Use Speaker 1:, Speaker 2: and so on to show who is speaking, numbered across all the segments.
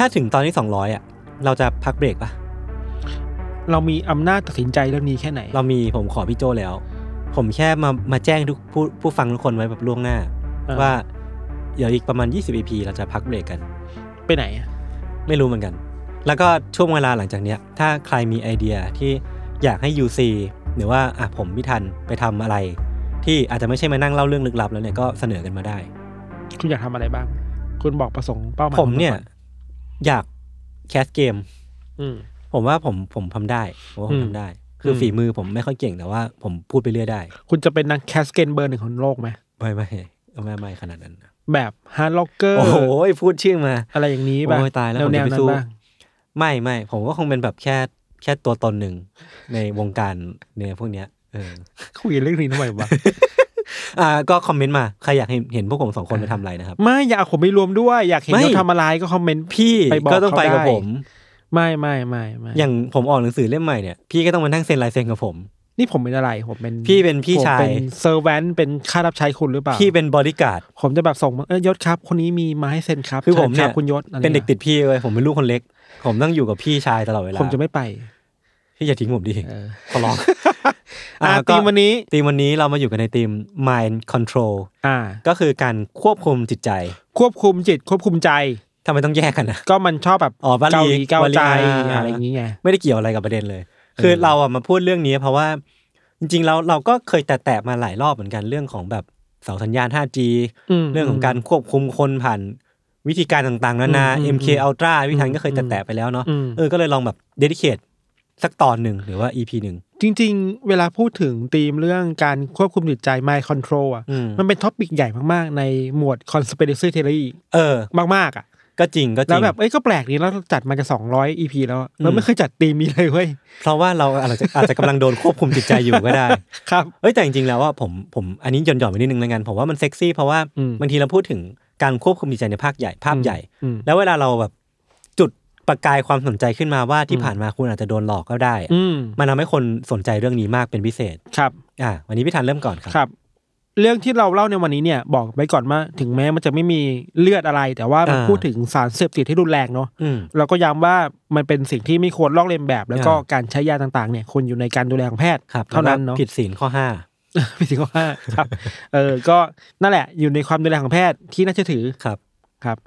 Speaker 1: ถ้าถึงตอนที่ 200 อ่ะ เราจะพักเบรกปะ
Speaker 2: เรามีอำนาจตัดสินใจเรื่องนี้แค่ไหน
Speaker 1: เรามีผมขอพี่โจแล้ว ผมแค่มามาแจ้งทุกผู้ผู้ฟังทุกคนไว้แบบล่วงหน้า
Speaker 2: อ่า
Speaker 1: ว่าเดี๋ยวอีกประมาณ 20 EP เราจะพักเบรกกัน
Speaker 2: ไปไหนอะ
Speaker 1: ไม่รู้เหมือนกัน แล้วก็ช่วงเวลาหลังจากเนี้ย ถ้าใครมีไอเดียที่อยากให้ UC หรือว่าอ่ะผมพี่ทันไปทำอะไร ที่อาจจะไม่ใช่มานั่งเล่าเรื่องลึกลับแล้วเนี่ยก็เสนอกันมาได้
Speaker 2: คุณอยากทำอะไรบ้าง คุณบอกประสงค์เป้าหมาย
Speaker 1: ผมเนี่ย
Speaker 2: ของคุณก่อ
Speaker 1: อยากแคสเกม
Speaker 2: อืม
Speaker 1: ผมว่าผมผมทำได้ผมว่าผม
Speaker 2: อืม
Speaker 1: ทำได้ คืออ
Speaker 2: ม
Speaker 1: ฝีมือผมไม่ค่อยเก่งแต่ว่าผมพูดไปเรื่อยได้
Speaker 2: คุณจะเป็นนักแคสเกนเบอร์หนึ่งของโลกไหม
Speaker 1: ไม่ไม่ไม่ไม่ขนาดนั้นนะ
Speaker 2: แบบฮาร์ดล็อกเกอร์
Speaker 1: โอ้โหพูดชื่อมา
Speaker 2: อะไรอย่างนี้บ้าง
Speaker 1: โอ้ยตายแล้วผม
Speaker 2: แน
Speaker 1: จะ
Speaker 2: ว
Speaker 1: ไป
Speaker 2: ๆนั้
Speaker 1: สู้
Speaker 2: นบ้าง
Speaker 1: ไม่ไม่ผมก็คงเป็นแบบแค่แค่ตัวตนหนึ่งในวงการเนี่ยพวกเนี้ยเออ
Speaker 2: คุยเรื่องนี้ทำไมวะ
Speaker 1: อ่าก็คอมเมนต์มา ใครอยากเห็นเห็นพวกผมสองคนไปทำอะไรนะครับ
Speaker 2: ไม่อยากเอาผมไม่รวมด้วย อยากเห็น
Speaker 1: ไม่
Speaker 2: เราทำอะไรก็คอมเมนต์
Speaker 1: พี่
Speaker 2: ไปบอก
Speaker 1: ก็ต้องไปกับ
Speaker 2: เขาได้
Speaker 1: ผม
Speaker 2: ไม่ไม่ไม่ไม่
Speaker 1: อย่างผมออกหนังสือเล่มใหม่เนี่ยพี่ก็ต้องมานั่งเซ็นลายเซ็นกับผม
Speaker 2: นี่ผมเป็นอะไร ผมเป็น
Speaker 1: พี่เป็นพี่ชาย
Speaker 2: ผมเป็นเซอร์แวนเป็นข้ารับใช้คุณหรือเปล่า
Speaker 1: พี่เป็นบอดี้การ์ด
Speaker 2: ผมจะแบบส่งมาเอ้ยยศครับ คนนี้มีมาให้เซ็นครับ
Speaker 1: คือผม
Speaker 2: ชิญ
Speaker 1: เนี่
Speaker 2: รั
Speaker 1: ย
Speaker 2: บคุณยศอะไร
Speaker 1: เป็นเด็กติดพี่เลยผมเป็นลูกคนเล็ก ผมต้องอยู่กับพี่ชายตลอดเวลา
Speaker 2: ผมจะไม่ไป
Speaker 1: พี่อย่าทิ้งผมดิ
Speaker 2: เออ
Speaker 1: ขอร้อง
Speaker 2: อ่า
Speaker 1: ก็
Speaker 2: ตีมวันนี้
Speaker 1: ธีมวันนี้เรามาอยู่กันในธีม mind control
Speaker 2: อ่า
Speaker 1: ก็คือการควบคุมจิตใจ
Speaker 2: ควบคุมจิตควบคุมใจ
Speaker 1: ทำไมต้องแยกกันนะ
Speaker 2: ก็มันชอบแบบ
Speaker 1: อ๋อวลี
Speaker 2: เกาหลีเกาว
Speaker 1: ลี
Speaker 2: ใจ
Speaker 1: อ่า
Speaker 2: อะไรอย่างเงี้ย
Speaker 1: ไม่ได้เกี่ยวอะไรกับประเด็นเลย คือเราอะมาพูดเรื่องนี้เพราะว่าจริงๆเราเราก็เคยแตะๆมาหลายรอบเหมือนกันเรื่องของแบบเสาสัญญาณ 5G
Speaker 2: อืม
Speaker 1: เรื่องของการควบคุมคนผ่านวิธีการต่างๆนานา
Speaker 2: อืม
Speaker 1: MK Ultra วิธันก็เคยแตะๆไปแล้วเนาะ
Speaker 2: อืม
Speaker 1: เออก็เลยลองแบบเดดิเคทสักตอนหนึ่งหรือว่า EP หนึ่ง
Speaker 2: จริง ๆ เวลาพูดถึงธีมเรื่องการควบคุมจิตใจ mind control อ่ะ
Speaker 1: อืม
Speaker 2: มันเป็นท็อปิกใหญ่มากๆ ในหมวด conspiracy theory
Speaker 1: เออ
Speaker 2: มากๆอ่ะ
Speaker 1: ก็จริงก็จ
Speaker 2: แล้
Speaker 1: ริ
Speaker 2: ว
Speaker 1: ง
Speaker 2: แบบเอ้ยก็แปลกดีแล้วเราจัดมาจะ200 EP แล้วอะเรา
Speaker 1: อืม
Speaker 2: ไม่เคยจัดธีมนี้เลยเว้ย
Speaker 1: เพราะว่าเราอาจจะอาจจะกำลังโดนควบคุมจิตใจอยู่ก็ได้
Speaker 2: ครับ
Speaker 1: เอ้ยแต่จริงๆแล้วว่าผมผมอันนี้หย่อนๆไปนิดนึงแล้วกันผมว่ามันเซ็กซี่เพราะว่า
Speaker 2: อืม
Speaker 1: บางทีเราพูดถึงการควบคุมจิตใจในภาคใหญ่ภาพใหญ่
Speaker 2: อืม
Speaker 1: แล้วเวลาเราแบบจุดประกายความสนใจขึ้นมาว่าที่ผ่านมาคุณอาจจะโดนหลอกก็ได้
Speaker 2: อืม
Speaker 1: มันทำให้คนสนใจเรื่องนี้มากเป็นพิเศษ
Speaker 2: ครับ
Speaker 1: อ่ะวันนี้พี่ธันเริ่มก่อนค
Speaker 2: ครับ รับ เรื่องที่เราเล่าในวันนี้เนี่ย บอกไว้ก่อนว่าถึงแม้มันจะไม่มีเลือดอะไร แต่ว่ามัน
Speaker 1: อ่า
Speaker 2: พูดถึงสารเสพติดที่รุนแรงเนาะ
Speaker 1: อืม
Speaker 2: เราก็ย้ำว่ามันเป็นสิ่งที่ไม่ควรลอกเลียนแบบ แล้วก็
Speaker 1: อ่า
Speaker 2: การใช้ยาต่างๆเนี่ยควรอยู่ในการดูแลของแพทย์
Speaker 1: ครับ
Speaker 2: เท่านั้น
Speaker 1: แล้ว
Speaker 2: เนาะ
Speaker 1: ก็ผิดศีลข้อห้า
Speaker 2: ผิดสิงว่าครับ เออ ก็นั่นแหละ อยู่ในความดูแลของแพทย์ที่น่าเชื่อถือ
Speaker 1: ครับ
Speaker 2: ครับ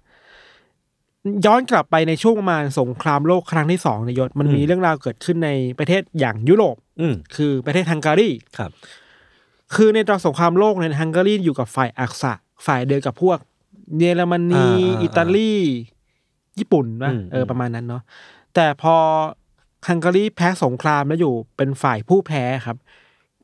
Speaker 2: ย้อนกลับไปในช่วงประมาณสงครามโลกครั้งที่สองเนยยศมันมี
Speaker 1: อืม
Speaker 2: เรื่องราวเกิดขึ้นในประเทศอย่างยุโรป
Speaker 1: อืม
Speaker 2: คือประเทศฮังการี
Speaker 1: ครับ
Speaker 2: คือในตอนสงครามโลกเนี่ยฮังการีอยู่กับฝ่ายอักษะ ฝ่ายเดียวกับพวกเยอรมนี
Speaker 1: อ่าอ่า
Speaker 2: อิตาลี ญี่ปุ่นนะ
Speaker 1: อืม
Speaker 2: เอออ
Speaker 1: ม
Speaker 2: ประมาณนั้นเนาะแต่พอฮังการีแพ้สงครามแล้วอยู่เป็นฝ่ายผู้แพ้ครับ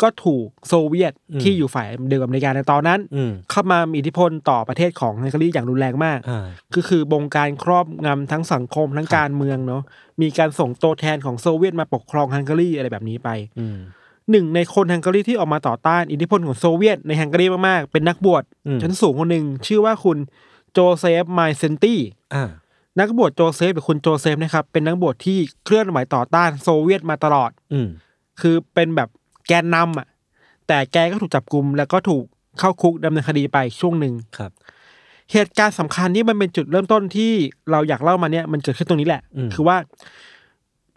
Speaker 2: ก็ถูกโซเวียตที่อยู่ฝ่ายเดียวกับอเมริกาในตอนนั้น
Speaker 1: อืม
Speaker 2: เข้ามามีอิทธิพลต่อประเทศของฮังการีอย่างรุนแรงมาก
Speaker 1: อ่า
Speaker 2: ก็คือบงการครอบงำทั้งสังคมทั้ง
Speaker 1: ครับ
Speaker 2: การเมืองเนาะมีการส่งตัวแทนของโซเวียตมาปกครองฮังการีอะไรแบบนี้ไป
Speaker 1: อืม
Speaker 2: หนึ่งในคนฮังการีที่ออกมาต่อต้านอิทธิพลของโซเวียตในฮังการีมาก ๆ เป็นนักบวช
Speaker 1: อืม
Speaker 2: ชั้นสูงคนหนึ่งชื่อว่าคุณโจเซฟไมเซนตี้
Speaker 1: อ่า
Speaker 2: นักบวชโจเซฟหรือคุณโจเซฟนะครับเป็นนักบวชที่เคลื่อนไหวต่อต้านโซเวียตมาตลอด
Speaker 1: อืม
Speaker 2: คือเป็นแบบแกนนำอ่ะแต่แกก็ถูกจับกลุมแล้วก็ถูกเข้าคุกดำเนินคดีไปช่วงหนึ่ง
Speaker 1: ครับ
Speaker 2: เหตุการณ์สำคัญนี่มันเป็นจุดเริ่มต้นที่เราอยากเล่ามาเนี่ยมันเกิดขึ้นตรงนี้แหละ
Speaker 1: อืม
Speaker 2: คือว่า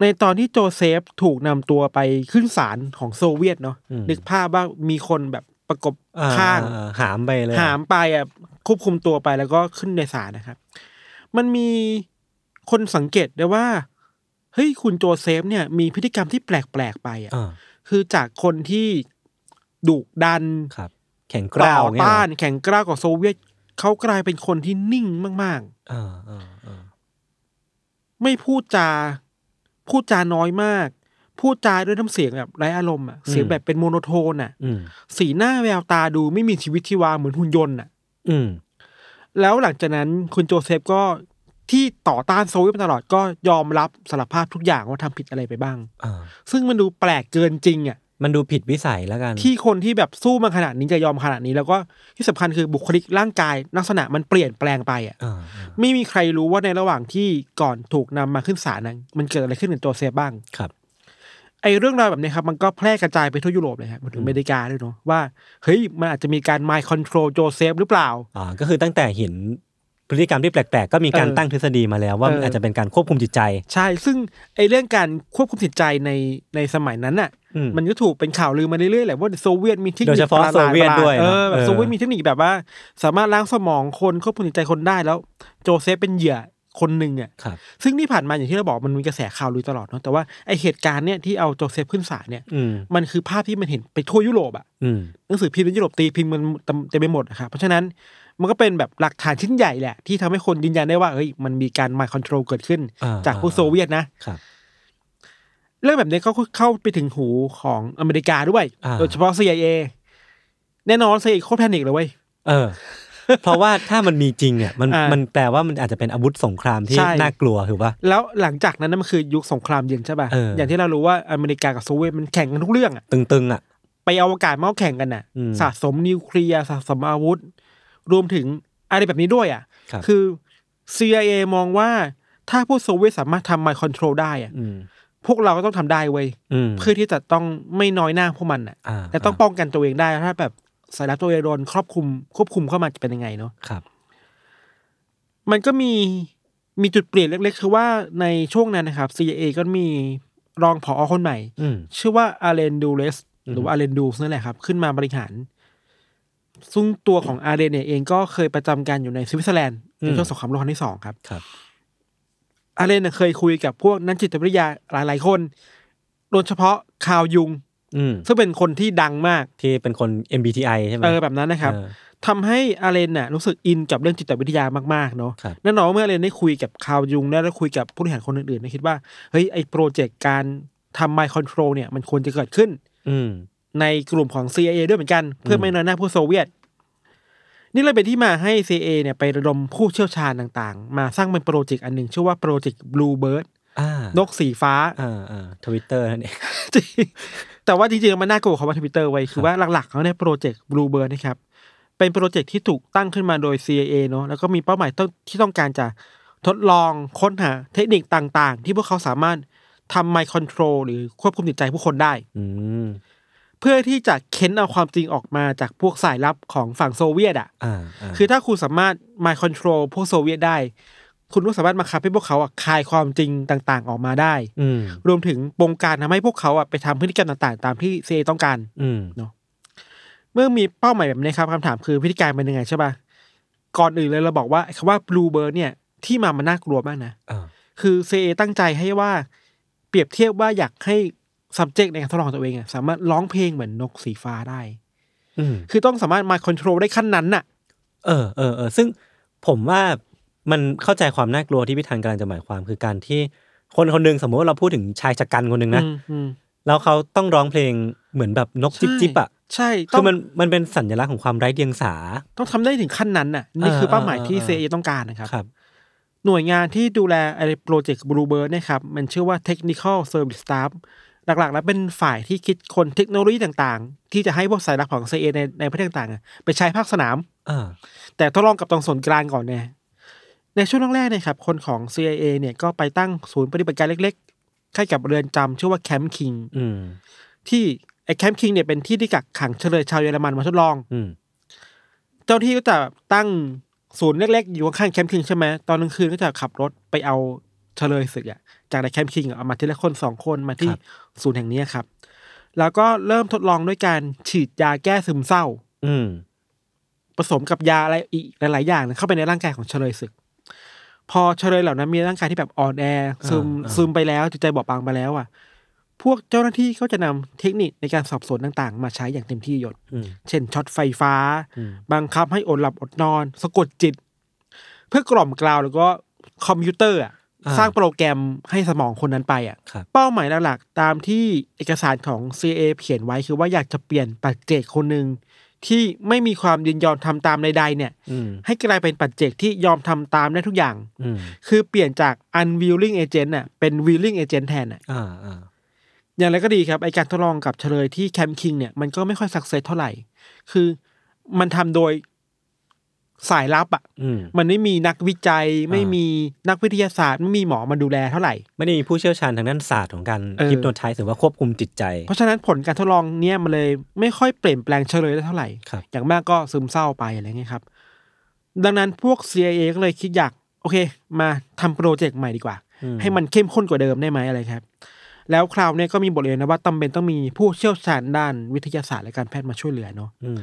Speaker 2: ในตอนที่โจเซฟถูกนำตัวไปขึ้นศาลของโซเวียตเนาะนึกภาพว่ามีคนแบบประกบ
Speaker 1: อ่
Speaker 2: ข้าง
Speaker 1: อ่หามไปเลย
Speaker 2: หามไปอ่ะควบคุมตัวไปแล้วก็ขึ้นในศาลนะครับ มันมีคนสังเกตได้ว่า เฮ้ยคุณโจเซฟเนี่ยมีพฤติกรรมที่แปลกๆไปอ่ะ
Speaker 1: อ่า
Speaker 2: คือจากคนที่ดุดัน
Speaker 1: ครับ แข็งกร้าว
Speaker 2: ต่อ
Speaker 1: เงี้ยเหรอ
Speaker 2: ต้านแข่งกล้าวกับโซเวียต เขากลายเป็นคนที่นิ่งมาก
Speaker 1: อ่าอ่าอ่า
Speaker 2: ๆ ไม่พูดจา พูดจาน้อยมาก พูดจาด้วยน้ำเสียงแบบไร้อารมณ์อ่ะเสียงแบบเป็นโมโนโทนอ่ะ
Speaker 1: อืม
Speaker 2: สีหน้าแววตาดูไม่มีชีวิตชีวาเหมือนหุ่นยนต์อ่ะ
Speaker 1: อืม
Speaker 2: แล้วหลังจากนั้นคุณโจเซฟก็ที่ต่อต้านโซเวียตมาตลอดก็ยอมรับสารภาพทุกอย่างว่าทำผิดอะไรไปบ้าง
Speaker 1: อ่า
Speaker 2: ซึ่งมันดูแปลกเกินจริงอ่ะ
Speaker 1: มันดูผิดวิสัยแล้วกัน
Speaker 2: ที่คนที่แบบสู้มาขนาดนี้จะยอมขนาดนี้ แล้วก็ที่สำคัญคือบุคลิกร่างกาย ลักษณะมันเปลี่ยนแปลงไปอ่ะ
Speaker 1: อ่าอ่า
Speaker 2: ไม่มีใครรู้ว่าในระหว่างที่ก่อนถูกนำมาขึ้นศาลนั้นมันเกิดอะไรขึ้นกับโจเซฟบ้าง
Speaker 1: ครับ
Speaker 2: ไอ้เรื่องราวแบบนี้ครับมันก็แพร่กระจายไปทั่วยุโรปเลยครับมาถึงอเมริกาด้วยเนาะว่าเฮ้ยมันอาจจะมีการ mind control โจเซฟหรือเปล่า
Speaker 1: อ่า ก็คือตั้งแต่เห็นพฤติกรรมที่แปลกๆ ก็มีการ
Speaker 2: เออ
Speaker 1: ตั้งทฤษฎีมาแล้วว่า
Speaker 2: เออ
Speaker 1: มันอาจจะเป็นการควบคุมจิตใจ
Speaker 2: ใช่ ซึ่งไอ้เรื่องการควบคุมจิตใจในในสมัยนั้นน่ะ
Speaker 1: อืม
Speaker 2: มันก็ถูกเป็นข่าวลือมาเรื่อยๆแหละว่าโซเวียตมีเทคนิค
Speaker 1: โดยเฉพาะ
Speaker 2: ปรหล
Speaker 1: โซเวียตด้วย
Speaker 2: เอ
Speaker 1: เนอะ
Speaker 2: อแบบ
Speaker 1: เออ
Speaker 2: โซเวียตมีเทคนิคแบบว่า สามารถล้างสมองคนควบคุมจิตใจคนได้แล้ว โจเซฟเป็นเหยื่อคนหนึ่งอ่ะ
Speaker 1: ครับ
Speaker 2: ซึ่งที่ผ่านมาอย่างที่เราบอกมันมีกระแสข่าวลือตลอดเนาะ แต่ว่าไอเหตุการณ์เนี่ยที่เอาโจเซฟขึ้นศาลเนี่ย
Speaker 1: อืม
Speaker 2: มันคือภาพที่มันเห็นไปทั่วยุโรปอ่ะ
Speaker 1: อืม
Speaker 2: หนังสือพิมพ์ในยุโรปตีพิมพ์มันเต็มไปหมดนะครับเพราะฉะนั้นมันก็เป็นแบบหลักฐานชิ้นใหญ่แหละที่ทำให้คนยืนยันได้ว่าเฮ้ยมันมีการ mind control เกิดขึ้น
Speaker 1: อ่า
Speaker 2: จากพวก
Speaker 1: อ่า
Speaker 2: โซเวียตนะ
Speaker 1: ครับ
Speaker 2: เรื่องแบบนี้ก็เข้าไปถึงหูของอเมริกาด้วย
Speaker 1: อ่า
Speaker 2: โดยเฉพาะ CIA แน่นอน CIA โคตรแพนิคเลยเว้ย
Speaker 1: เอ อ เพราะว่าถ้ามันมีจริงเนี่ยมัน
Speaker 2: อ่ามั
Speaker 1: มันแปลว่ามันอาจจะเป็นอาวุธสงครามที่
Speaker 2: ใช่
Speaker 1: น่ากลัวถือว่า
Speaker 2: แล้วหลังจากนั้นนะมันคือยุคสงครามเย็นใช่ป่ะ
Speaker 1: เออ
Speaker 2: อ
Speaker 1: อ
Speaker 2: ย่างที่เรารู้ว่าอเมริกากับโซเวียตมันแข่งกันทุกเรื่องอะ
Speaker 1: ตึงๆ อ่ะ
Speaker 2: ไปเอาอากาศมาเอาแข่งกันน่ะ
Speaker 1: อืม
Speaker 2: สะสมนิวเคลียร์สะสมอาวุธ รวมถึงอะไรแบบนี้ด้วยอ่ะ
Speaker 1: ครับ
Speaker 2: คือ CIA มองว่าถ้าพวกโซเวียตสามารถทำมาคอนโทรลได้อ่ะ
Speaker 1: อืม
Speaker 2: พวกเราก็ต้องทำได้เว้ย
Speaker 1: อืม
Speaker 2: เพื่อที่จะต้องไม่น้อยหน้าพวกมันอ่ะ
Speaker 1: อ่า
Speaker 2: แต่ต้องป้องกันตัวเองได้ถ้าแบบสายลับตัวเองโดนครอบคลุมควบคุมเข้ามาจะเป็นยังไงเนาะ
Speaker 1: ครับ
Speaker 2: มันก็มีมีจุดเปลี่ยนเล็กๆ คือว่าในช่วงนั้นนะครับ CIA ก็มีรองผอคนใหม่
Speaker 1: อืม
Speaker 2: ชื่อว่าอาเลนดูเลส
Speaker 1: อืม
Speaker 2: หรือว่าอาเลนดูสนั่นแหละครับ ขึ้นมาบริหาร ซึ่งตัวของอาเลนเนี่ยเองก็เคยประจำการอยู่ในสวิตเซอร์แลนด์ในช่วงสงครามโลกครั้งที่สองครับ
Speaker 1: ครับ
Speaker 2: อาเลนเนี่ยเคยคุยกับพวกนักจิตวิทยาหลายๆคนโดยเฉพาะคาวยุง
Speaker 1: อืม
Speaker 2: ซึ่งเป็นคนที่ดังมาก
Speaker 1: ที่เป็นคน MBTI ใช่ไหม
Speaker 2: เออแบบนั้นนะครับ
Speaker 1: เออ
Speaker 2: ทำให้อาเลนน่ะรู้สึกอินกับเรื่องจิตวิทยามากๆเนาะ
Speaker 1: ครับ
Speaker 2: แน่นอนว่าเมื่ออาเลนได้คุยกับคาวยุง และได้คุยกับผู้บริหารคนอื่นๆนะคิดว่าเฮ้ยไอ้โปรเจกต์การทำไมคอนโทรลเนี่ยมันควรจะเกิดขึ้น
Speaker 1: อืม
Speaker 2: ในกลุ่มของ CIA ด้วยเหมือนกัน เพื่อไม่น้อยหน้าผู้โซเวียต นี่เลยเป็นที่มาให้ CIA เนี่ยไประดมผู้เชี่ยวชาญต่างๆ มาสร้างเป็นโปรเจกต์อันหนึ่งชื่อว่าโปรเจกต์ Blue Bird
Speaker 1: อ่าน น
Speaker 2: กสีฟ้า
Speaker 1: อ่าอ่าทวิตเตอร์นั่นเอง
Speaker 2: จริงแต่ว่าจริงๆ มันน่ากลัวเขาว่าทวิตเตอร์ไว้คือว่าหลักๆเขาในยโปรเจกต์ Blue Bird นะครับ เป็นโปรเจกต์ที่ถูกตั้งขึ้นมาโดย CIA เนอะแล้วก็มีเป้าหมายต้องที่ต้องการจะทดลองค้นหาเทคนิคต่างๆ ที่พวกเขาสามารถทำไมคอนโทรลหรือควบคุมจิตใจผู้คนได้
Speaker 1: อืม
Speaker 2: เพื่อที่จะเค้นเอาความจริงออกมาจากพวกสายลับของฝั่งโซเวียตอ่ะ
Speaker 1: อ่าอ่า
Speaker 2: คือถ้าคุณสามารถมาคอนโทรลพวกโซเวียตได้ คุณก็สามารถมาคับให้พวกเขาอะคลายความจริงต่างๆ ออกมาได้
Speaker 1: อืม
Speaker 2: รวมถึงปงการทำให้พวกเขาอะไปทำพฤติกรรมต่างๆ ตามที่เซต้องการ
Speaker 1: อืม
Speaker 2: เมื่อมีเป้าหมายแบบนี้ครับคำถามคือพฤติการเป็นยังไงใช่ปะก่อนอื่นเลยเราบอกว่าคำว่า blue bird เนี่ยที่มามันน่ากลัวมากนะ
Speaker 1: อ่า
Speaker 2: คือเซตั้งใจให้ว่าเปรียบเทียบว่าอยากให้ subject ในการทดลองตัวเองอะสามารถร้องเพลงเหมือนนกสีฟ้าได้
Speaker 1: อืม
Speaker 2: คือต้องสามารถมาคอนโทรลได้ขั้นนั้นน่ะ
Speaker 1: เออเออเออซึ่งผมว่ามันเข้าใจความน่ากลัวที่พี่ธันกำลังจะหมายความคือการที่คนคนหนึ่งสมมติว่าเราพูดถึงชายชะกันคนหนึ่งนะ
Speaker 2: อืมอืม
Speaker 1: แล้วเขาต้องร้องเพลงเหมือนแบบนกจิบจิบอ่ะ
Speaker 2: ใช่ต้
Speaker 1: คื
Speaker 2: อง
Speaker 1: อมันมันเป็นสัญลักษณ์ของความไร้เดียงสา
Speaker 2: ต้องทำได้ถึงขั้นนั้นน่ะ นี่
Speaker 1: เออ
Speaker 2: คือเป้าหมายที่
Speaker 1: เออ
Speaker 2: เซ
Speaker 1: เออ
Speaker 2: ต้องการนะครับ
Speaker 1: ครับ
Speaker 2: หน่วยงานที่ดูแลไอ้โปรเจกต์บลูเบิร์ดนะครับ มันชื่อว่า Technical Service Staff หลักๆ แล้วเป็นฝ่ายที่คิดคนเทคโนโลยีต่างๆ ที่จะให้พวกสายลับของ CIA ในในประเทศต่างๆอะไปใช้ภาคสนาม
Speaker 1: อ่า
Speaker 2: แต่ทดลองกับตรงส่วนกลางก่อนเนี่ยในช่วงแรกๆเนะครับ คนของ CIA เนี่ยก็ไปตั้งศูนย์ปฏิบัติการเล็กๆใกล้กับเรือนจำชื่อว่าแคมป์คิง
Speaker 1: อืม
Speaker 2: ที่ไอ้แคมป์คิงเนี่ยเป็นที่ที่กักขังเฉลยชาวเยอรมันมาทดลอง
Speaker 1: อืม
Speaker 2: เจ้าที่ก็จะตั้งศูนย์เล็กๆ อยู่ข้างๆแคมป์คิงใช่ไหมตอนกลางคืนก็จะขับรถไปเอาเฉลยศึกอะจากในแคมป์คิงอะเอามาทีละคนสองคนมาที่
Speaker 1: ครับ
Speaker 2: ศูนย์แห่งนี้ครับ แล้วก็เริ่มทดลองด้วยการฉีดยาแก้ซึมเศร้า
Speaker 1: อืม
Speaker 2: ผสมกับยาอะไรอีกหลายๆอย่างเข้าไปในร่างกายของเฉลยศึก พอเฉลยเหล่านั้นมีร่างกายที่แบบอ่อนแอซึม
Speaker 1: อ่า
Speaker 2: ซึมไปแล้วจิตใจบอบบางไปแล้วอ่ะ พวกเจ้าหน้าที่ก็จะนำเทคนิคในการสอบสวนต่างๆ มาใช้อย่างเต็มที่ยศ
Speaker 1: อืม
Speaker 2: เช่นช็อตไฟฟ้า
Speaker 1: อืม
Speaker 2: บังคับให้อดหลับอดนอน สะกดจิต เพื่อกล่อมกล่าวแล้วก็คอมพิวเตอร์อะ
Speaker 1: า
Speaker 2: สร้างโปรแกรมให้สมองคนนั้นไปอ่ะ
Speaker 1: ครับ
Speaker 2: เป้าหมายหลักๆตามที่เอกสารของ CIA เขียนไว้คือว่าอยากจะเปลี่ยนปัจเจกคนหนึ่งที่ไม่มีความยินยอมทำตามใดๆเนี่ย
Speaker 1: อืม
Speaker 2: ให้กลายเป็นปัจเจกที่ยอมทำตามได้ทุกอย่าง
Speaker 1: อืม
Speaker 2: คือเปลี่ยนจาก unwilling agent น่ะเป็น willing agent แทนน่ะ
Speaker 1: อ่าอ่า
Speaker 2: อย่างไรก็ดีครับไอการทดลองกับเฉลยที่แคมป์คิงเนี่ยมันก็ไม่ค่อยสักเซสเท่าไหร่ คือมันทำโดยสายลับอะ่ะ
Speaker 1: อืม
Speaker 2: มันไม่มีนักวิจัย ไม่
Speaker 1: อ่ามี
Speaker 2: มีนักวิทยาศาสตร์ไม่มีหมอมาดูแลเท่าไหร่
Speaker 1: ไม่ได้มีผู้เชี่ยวชาญทางด้านศาสตร์ของการ
Speaker 2: เออ
Speaker 1: ฮิปโนไทส์หรือว่าควบคุมจิตใจ
Speaker 2: เพราะฉะนั้นผลการทดลองเนี่ยมันเลยไม่ค่อยเปลี่ยนแปลงเฉลยได้เท่าไหร่
Speaker 1: ครับ
Speaker 2: อย่างมากก็ซึมเศร้าไปอะไรเงี้ยครับ ดังนั้นพวก CIA ก็เลยคิดอยากโอเค มาทำโปรเจกต์ใหม่ดีกว่า
Speaker 1: อื
Speaker 2: ให้มันเข้มข้นกว่าเดิมได้ไหมอะไรครับ แล้วคราวเนี้ก็มีบทเรียนนะว่าจำเป็นต้องมีผู้เชี่ยวชาญด้านวิทยาศาสตร์และการแพทย์มาช่วยเหลือเนาะ
Speaker 1: อืม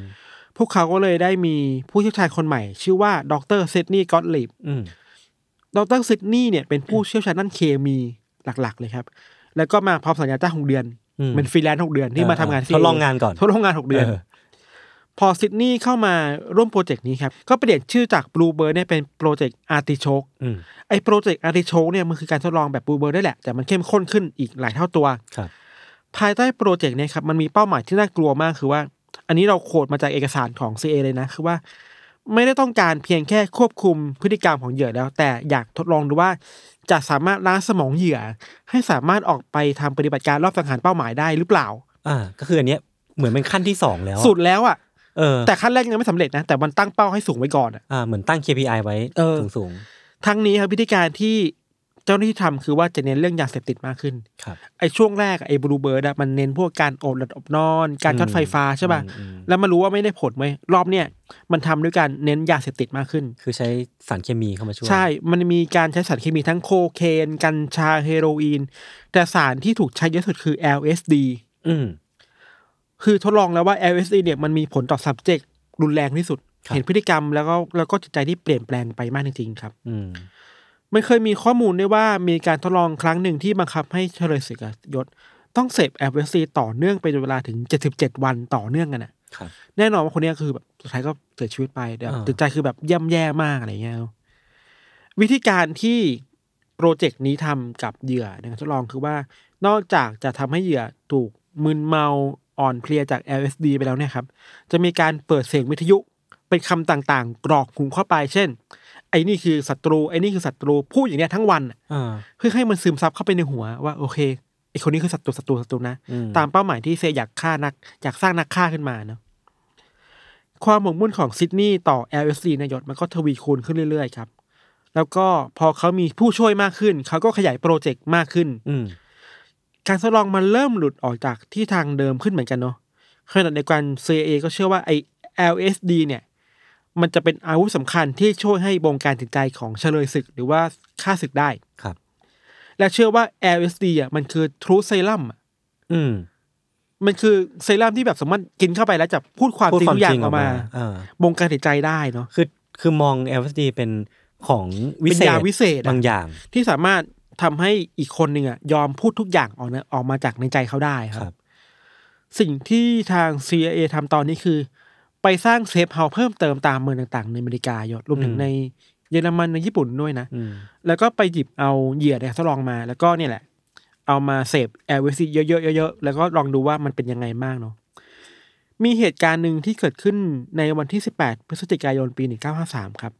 Speaker 2: พวกเขาก็เลยได้มีผู้เชี่ยวชาญคนใหม่ ชื่อว่าดรเซดนีย์ก็อตลิบ
Speaker 1: อืม
Speaker 2: ดรเซดนีย์เนี่ยเป็นผู้เชี่ยวชาญด้านเคมีหลักๆ เลยครับ แล้วก็มาพร้อมสัญญาจ้างหกเดือน
Speaker 1: อืม
Speaker 2: เป็นฟรีแลนซ์หกเดือนที่มาทำงาน
Speaker 1: ทดลองงานก่อน
Speaker 2: ทดลองงาน 6 เดือน พอซิดนีย์เข้ามาร่วมโปรเจกต์นี้ครับ ก็เปลี่ยนชื่อจากบลูเบิร์ดเนี่ยเป็นโปรเจกต์อาร์ติโชก
Speaker 1: อืม
Speaker 2: ไอ้โปรเจกต์อาร์ติโชกเนี่ยมันคือการทดลองแบบบลูเบิร์ดได้แหละ แต่มันเข้มข้นขึ้นอีกหลายเท่าตัว
Speaker 1: ครับ
Speaker 2: ภายใต้โปรเจกต์เนี่ยครับ มันมีเป้าหมายที่น่ากลัวมากคือว่า อันนี้เราโคดมาจากเอกสารของ CA เลยนะ คือว่า ไม่ได้ต้องการเพียงแค่ควบคุมพฤติกรรมของเหยื่อแล้ว แต่อยากทดลองดูว่า จะสามารถล้างสมองเหยื่อ ให้สามารถออกไปทำปฏิบัติการรอบสังหารเป้าหมายได้หรือเปล่า
Speaker 1: อ่า ก็คืออันเนี้ยเหมือนเป็นขั้นที่สองแล้วอะ
Speaker 2: สุดแล้วอ่ะ
Speaker 1: เออ
Speaker 2: แต่ขั้นแรกยังไม่สำเร็จนะ แต่มันตั้งเป้าให้สูงไว้ก่อนอะ
Speaker 1: อ่าเหมือนตั้ง KPI ไว้
Speaker 2: เออ
Speaker 1: สูงสูง
Speaker 2: ทั้งนี้ครับวิธีการที่เจ้าหน้าที่ทำคือว่าจะเน้นเรื่องยาเสพติดมากขึ้น
Speaker 1: ๆครับ
Speaker 2: ไอ้ช่วงแรกไอ้บลูเบิร์ดอะมันเน้นพวกการอบหลับอบนอน การช็อตไฟฟ้าใช่ป่ะ
Speaker 1: อืมอืม
Speaker 2: แล้วมารู้ว่าไม่ได้ผลไหมรอบเนี้ยมันทำด้วยการเน้นยาเสพติดมากขึ้น
Speaker 1: คือใช้สารเคมีเข้ามาช่วย
Speaker 2: ใช่มันมีการใช้สารเคมีทั้งโคเคน กัญชาเฮโรอีน แต่สารที่ถูกใช้เยอะสุดคือ LSD
Speaker 1: อืม
Speaker 2: คือทดลองแล้วว่า LSD เนี่ยมันมีผลต่อ subject รุนแรงที่สุด
Speaker 1: ครับ
Speaker 2: เห็นพฤติกรรมแล้วก็แล้วก็จิตใจที่เปลี่ยนแปลงไปมากจริงๆครับ
Speaker 1: อืม
Speaker 2: มันเคยมีข้อมูลด้วยว่ามีการทดลองครั้งหนึ่งที่บังคับให้เฉลยศึกอะยศ ต้องเสพแอลเวซีต่อเนื่องเป็นเวลาถึง 77 วันต่อเนื่องกันน่ะ
Speaker 1: ครับ
Speaker 2: แน่นอนว่าคนเนี้ยคือแบบสุดท้ายก็เสียชีวิตไปแต่
Speaker 1: อ่า
Speaker 2: จิตใจคือแบบย่ำแย่มากอะไรเงี้ยครับวิธีการที่โปรเจกต์นี้ทำกับเหยื่อในการทดลองคือว่า นอกจากจะทำให้เหยื่อถูกมึนเมาอ่อนเพลียจาก LSD ไปแล้วเนี่ยครับ จะมีการเปิดเสียงวิทยุเป็นคำต่างๆ กรอกหูเข้าไป เช่น ไอ้นี่คือศัตรูไอ้นี่คือศัตรูพูดอย่างเนี้ยทั้งวันน่ะ
Speaker 1: อ่า
Speaker 2: เพื่อให้มันซึมซับเข้าไปในหัวว่าโอเคไอ้คนนี้คือศัตรูศัตรูศัตรูนะ
Speaker 1: อืม
Speaker 2: ตามเป้าหมายที่เซอยากฆ่านักอยากสร้างนักฆ่าขึ้นมาเนาะความหมกมุ่นของซิดนีย์ต่อ LSD นายศมันก็ทวีคูณขึ้นเรื่อยๆครับ แล้วก็พอเขามีผู้ช่วยมากขึ้น เขาก็ขยายโปรเจกต์มากขึ้น
Speaker 1: อืม
Speaker 2: การทดลองมันเริ่มหลุดออกจากที่ทางเดิมขึ้นเหมือนกันเนาะขณะเดียวกัน CIA ก็เชื่อว่าไอ LSD เนี่ย มันจะเป็นอาวุธสำคัญที่ช่วยให้บงการจิตใจของเฉลยศึก หรือว่าฆ่าศึกได้
Speaker 1: ครับ
Speaker 2: และเชื่อว่า LSD อ่ะมันคือทรูเซรั่มอะ
Speaker 1: อืม
Speaker 2: มันคือเซรั่มที่แบบสามารถกินเข้าไปแล้วจะพูดความจริงทุกอย่างออกมา
Speaker 1: อ่า
Speaker 2: บงการจิตใจได้เนาะ
Speaker 1: คือคือมอง LSD เป็นของวิเศ
Speaker 2: เป็
Speaker 1: ษ
Speaker 2: นยาวิเศษอะ
Speaker 1: บางอย่าง
Speaker 2: ที่สามารถทำให้อีกคนหนึ่งอ่ะยอมพูดทุกอย่างออกนะออกมาจากในใจเขาได้ค
Speaker 1: ครั
Speaker 2: รับ
Speaker 1: บ
Speaker 2: สิ่งที่ทาง CIA ทำตอนนี้คือ ไปสร้างเซฟเฮาส์เพิ่มเติมตามเมืองต่างๆ ในอเมริกายศรวมถึง
Speaker 1: อืม
Speaker 2: ในเยอรมันในญี่ปุ่นด้วยนะ
Speaker 1: อืม
Speaker 2: แล้วก็ไปหยิบเอาเหยื่อเนี่ยทดลองมา แล้วก็เนี่ยแหละ เอามาเสพแอลเวซีเยอะๆเยอะๆแล้วก็ลองดูว่ามันเป็นยังไงบ้างเนาะมีเหตุการณ์หนึ่งที่เกิดขึ้นในวันที่ 18 พฤศจิกายนปี 1953 ครับ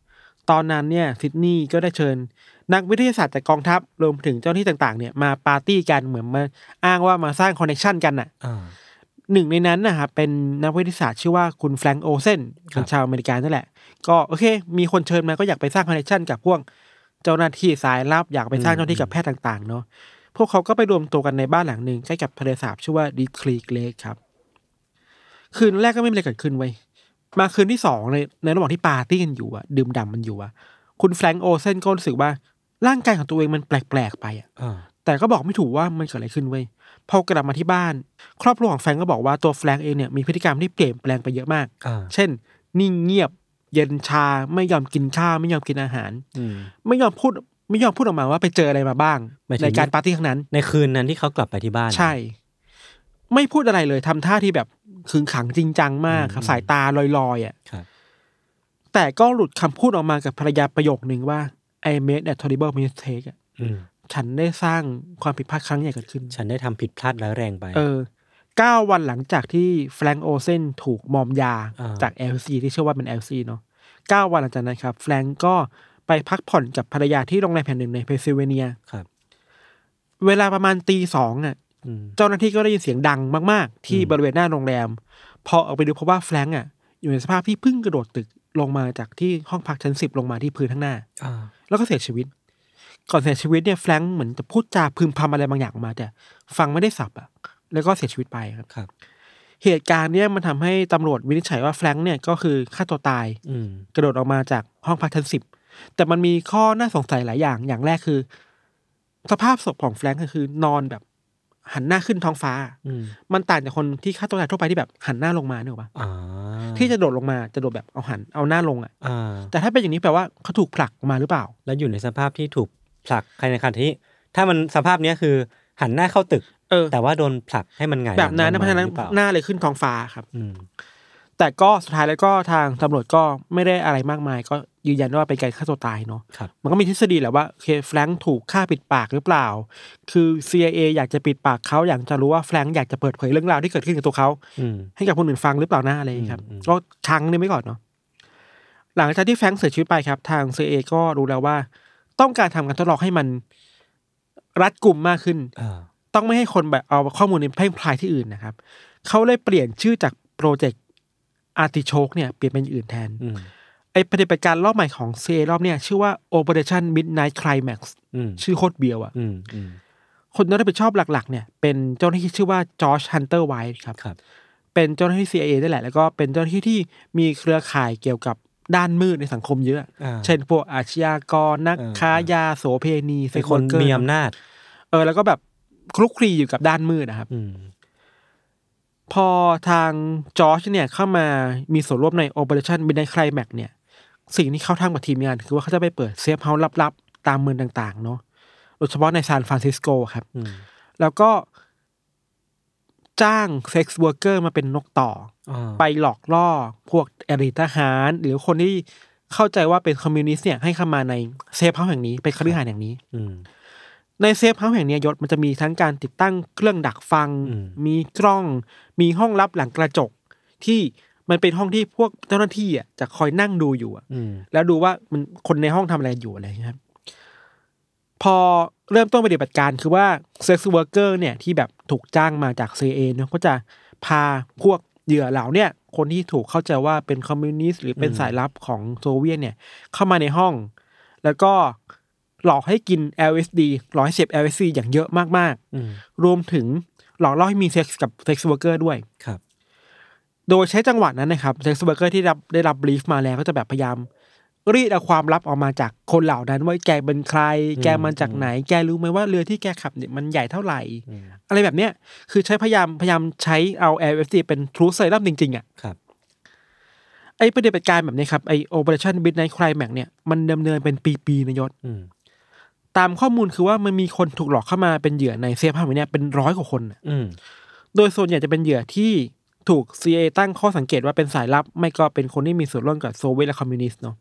Speaker 2: ตอนนั้นเนี่ยซิดนีย์ก็ได้เชิญ นักวิทยาศาสตร์จากกองทัพรวมถึงเจ้าหน้าที่ต่างๆเนี่ยมาปาร์ตี้กันเหมือนมาอ้างว่ามาสร้างคอนเนคชันกันน่ะ
Speaker 1: อ่า
Speaker 2: หนึ่งในนั้นนะครับเป็นนักวิทยาศาสตร์ชื่อว่าคุณแฟรงก์โอเซน
Speaker 1: ค
Speaker 2: ครับ นชาวอเมริกันนั่นแหละ ก็โอเค มีคนเชิญมาก็อยากไปสร้างคอนเนคชันกับพวกเจ้าหน้าที่สายลับอยากไปสร้างเจ้าหน้าที่กับแพทย์ต่างๆเนาะพวกเขาก็ไปรวมตัวกันในบ้านหลังหนึ่งใกล้กับทะเลสาบชื่อว่าดีคลีกเลกครับ คืนแรกก็ไม่มีอะไรเกิดขึ้นไว้ยมาคืนที่สองในในระหว่างที่ปาร์ตี้กันอยู่อะดื่มด่ำมันอยู่อะคุณแฟรงก์โอเซนก็รู้สึกว่าร่างกายของตัวเองมันแปลกๆไปอะ
Speaker 1: อ่า
Speaker 2: แต่ก็บอกไม่ถูกว่ามันเกิดอะไรขึ้นเว้ย พอกลับมาที่บ้าน ครอบครัวของแฟรงก์ก็บอกว่าตัวแฟรงก์เองเนี่ยมีพฤติกรรมที่เปลี่ยนแปลงไปเยอะมาก
Speaker 1: อ่า
Speaker 2: เช่น นิ่งเงียบ เย็นชาไม่ยอมกินข้าวไม่ยอมกินอาหาร
Speaker 1: อืม
Speaker 2: ไม่ยอมพูดไม่ยอมพูดออกมาว่าไปเจออะไรมาบ้าง
Speaker 1: หมายถึง
Speaker 2: ในการปาร์ตี้ครั้งนั้น
Speaker 1: ในคืนนั้นที่เขากลับไปที่บ้าน
Speaker 2: ใช่ ไม่พูดอะไรเลยทำท่าที่แบบขึงขังจริงจังมากครับสายตาลอยๆอ่ะ
Speaker 1: ครับ
Speaker 2: แต่ก็หลุดคำพูดออกมากับภรรยาประโยคหนึ่งว่า I made a terrible mistake อะ
Speaker 1: อืม
Speaker 2: ฉันได้สร้างความผิดพลาดครั้งใหญ่เกิดขึ้น
Speaker 1: ฉันได้ทำผิดพลาดร้ายแรงไป
Speaker 2: เออเก้าวันหลังจากที่แฟรงก์โอเซนถูกมอมยา
Speaker 1: อ่า
Speaker 2: จาก LC ที่เชื่อว่าเป็น LC เนาะเก้าวันหลังจากนั้นครับ แฟรงก์ก็ไปพักผ่อนกับภรรยาที่โรงแรมแห่งหนึ่งในเพนซิลเวเนีย
Speaker 1: ครับ
Speaker 2: เวลาประมาณตีสองน่ะ
Speaker 1: อืม
Speaker 2: เจ้าหน้าที่ก็ได้ยินเสียงดังมาก ๆ ที่
Speaker 1: อืม
Speaker 2: บริเวณหน้าโรงแรม พอออกไปดูเพราะว่าแฟรงก์อ่ะอยู่ในสภาพที่เพิ่งกระโดดตึกลงมาจากที่ห้องพักชั้นสิบลงมาที่พื้นข้างหน้า
Speaker 1: อ่า
Speaker 2: แล้วก็เสียชีวิต ก่อนเสียชีวิตเนี่ยแฟรงก์เหมือนจะพูดจาพึมพำอะไรบางอย่างออกมา แต่ฟังไม่ได้สับอ่ะ แล้วก็เสียชีวิตไปครับ
Speaker 1: ครับ
Speaker 2: เหตุการณ์เนี่ยมันทำให้ตำรวจวินิจฉัยว่าแฟรงก์เนี่ยก็คือฆ่าตัวตาย
Speaker 1: อืม
Speaker 2: กระโดดออกมาจากห้องพักชั้นสิบแต่มันมีข้อน่าสงสัยหลายอย่างอย่างแรกคือ สภาพศพของแฟรงก์ก็คือนอนแบบหันหน้าขึ้นท้องฟ้า
Speaker 1: อืม
Speaker 2: มันต่างจากคนที่ฆ่าตัวตายทั่วไปที่แบบหันหน้าลงมาเนกอะปะ
Speaker 1: อ่า
Speaker 2: ที่จะโดดลงมาจะโดดแบบเอาหันเอาหน้าลงอ่ะ
Speaker 1: อ่า
Speaker 2: แต่ถ้าเป็นอย่างนี้แปลว่าเขาถูกผลักออกมาหรือเปล่า
Speaker 1: แล้วอยู่ในสภาพที่ถูกผลักใครในขณะที่ ถ้ามันสภาพเนี้ยคือหันหน้าเข้าตึก
Speaker 2: เออ
Speaker 1: แต่ว่าโดนผลักให้มันหงาย
Speaker 2: แบบนั้น
Speaker 1: หลั
Speaker 2: นะ
Speaker 1: ง
Speaker 2: เพราะฉะนั้น
Speaker 1: หรือเปล่า
Speaker 2: หน้าเลยขึ้นท้องฟ้าครับ
Speaker 1: อืม
Speaker 2: แต่ก็สุดท้ายแล้วก็ทางตำรวจก็ไม่ได้อะไรมากมาย ก็ยืนยันว่าเป็นการฆ่าตัวตายเนาะ
Speaker 1: ครับ
Speaker 2: มันก็มีทฤษฎีแหละว่าโอเคแฟรงค์ถูกฆ่าปิดปากหรือเปล่า คือ CIA อยากจะปิดปากเขาอยากจะรู้ว่าแฟรงค์อยากจะเปิดเผยเรื่องราวที่เกิดขึ้นกับตัวเขา
Speaker 1: อืม
Speaker 2: ให้กับคนอื่นฟังหรือเปล่านะอะไรอย่างนี้ครับ
Speaker 1: อืมอืม
Speaker 2: ก็ชังนี่ไม่ก่อนเนาะหลังจากที่แฟรงค์เสียชีวิตไปครับ ทาง CIA ก็รู้แล้วว่า ต้องการทำการทดลองให้มันรัดกลุ่มมากขึ้น
Speaker 1: อ่า
Speaker 2: ต้องไม่ให้คนแบบเอาข้อมูลในเพ่งพลายที่อื่นนะครับเขาเลยเปลี่ยนชื่อจากโปรเจกต์อาร์ติโชกเนี่ยเปลี่ยนเป็นอย่างอื่นแทน
Speaker 1: อืม
Speaker 2: ไอปฏิบัติการรอบใหม่ของ CIA รอบเนี่ยชื่อว่า Operation Midnight Climax
Speaker 1: อืม
Speaker 2: ชื่อโคตรเบียวอะ
Speaker 1: อืมอืม
Speaker 2: คนที่รับผิดชอบหลักๆเนี่ยเป็นเจ้าหน้าที่ชื่อว่าจอร์จฮันเตอร์ไวท์ครับ
Speaker 1: ครับ
Speaker 2: เป็นเจ้าหน้าที่ CIA ได้แหละ แล้วก็เป็นเจ้าหน้าที่ที่มีเครือข่ายเกี่ยวกับด้านมืดในสังคมเยอะ
Speaker 1: อ่า
Speaker 2: เช่นพวกอาชญากรนัก
Speaker 1: อ่า
Speaker 2: ค้ายาโสเพณี
Speaker 1: เป็นคน
Speaker 2: ซ็กซ์วิร์กเกอร์
Speaker 1: มีอำนาจ
Speaker 2: เออแล้วก็แบบคลุกคลีอยู่กับด้านมืดนะครับ
Speaker 1: อืม
Speaker 2: พอทางจอร์จเนี่ยเข้ามามีส่วนร่วมใน Operation Midnight Climax เนี่ย สิ่งที่เขาทำกับทีมงาน คือว่าเขาจะไปเปิดเซฟเฮาส์ลับๆ ตามเมืองต่างๆ เนาะโดยเฉพาะในซานฟรานซิสโกครับ
Speaker 1: อืม
Speaker 2: แล้วก็ จ้างเซ็กซ์วอร์เกอร์มาเป็นนกต่อ
Speaker 1: อ่า
Speaker 2: ไปหลอกล่อพวกอริทหาร หรือคนที่เข้าใจว่าเป็นคอมมิวนิสต์เนี่ยให้เข้ามาในเซฟเฮาส์แห่งนี้เป็นคฤหาสน์แห่งนี้
Speaker 1: อืม
Speaker 2: ในเซฟเฮาส์แห่งเนี้ยยศมันจะมีทั้งการติดตั้งเครื่องดักฟัง
Speaker 1: อืม
Speaker 2: มีกล้อง มีห้องลับหลังกระจก ที่มันเป็นห้องที่พวกเจ้าหน้าที่อ่ะจะคอยนั่งดูอยู่อะ
Speaker 1: อืม
Speaker 2: แล้วดูว่ามันคนในห้องทำอะไรอยู่อะไรอย่างเงี้ยครับ พอเริ่มต้นปฏิบัติการคือว่าเซ็กซ์เวิร์กเกอร์เนี่ยที่แบบถูกจ้างมาจาก CIA เนาะก็จะพาพวกเหยื่อเหล่าเนี่ย คนที่ถูกเข้าใจว่าเป็นคอมมิวนิสต์หรือเป็นสายลับของโซเวียตเนี่ย เข้ามาในห้อง แล้วก็หลอกให้กิน LSD หลอกให้เสพ LSD อย่างเยอะมาก
Speaker 1: อืม
Speaker 2: ๆ รวมถึงหลอกล่อให้มีเซ็กส์กับเซ็กซ์เวิร์กเกอร์ด้วย
Speaker 1: ครับ
Speaker 2: โดยใช้จังหวะนั้นนะครับเซ็กซ์เวิร์กเกอร์ที่รับได้รับบรีฟมาแล้วก็จะแบบพยายาม รีดเอาความลับออกมาจากคนเหล่านั้น ว่าแกเป็นใคร แกมาจากไหน แกรู้ไหมว่าเรือที่แกขับเนี่ยมันใหญ่เท่าไหร่
Speaker 1: อืม
Speaker 2: อะไรแบบเนี้ยคือใช้พยายามพยายามใช้เอา LSD เป็นทรูเซรั่มจริงๆอ่ะ
Speaker 1: ครับ
Speaker 2: ไอ้ปฏิบัติการแบบเนี้ยครับไอโอเปอเรชั่นบิดไนท์คลแม็กเนี่ยมันดำเนินเป็นปีๆนะยศ
Speaker 1: อืม
Speaker 2: ตามข้อมูลคือว่ามันมีคนถูกหลอกเข้ามาเป็นเหยื่อในเซฟเฮาส์เนี่ยเป็นร้อยกว่าคนน่ะ
Speaker 1: อืม
Speaker 2: โดยส่วนใหญ่จะเป็นเหยื่อที่ถูก CIA ตั้งข้อสังเกตว่าเป็นสายลับ ไม่ก็เป็นคนที่มีส่วนร่วมกับโซเวียตและคอมมิวนิสต์เนาะ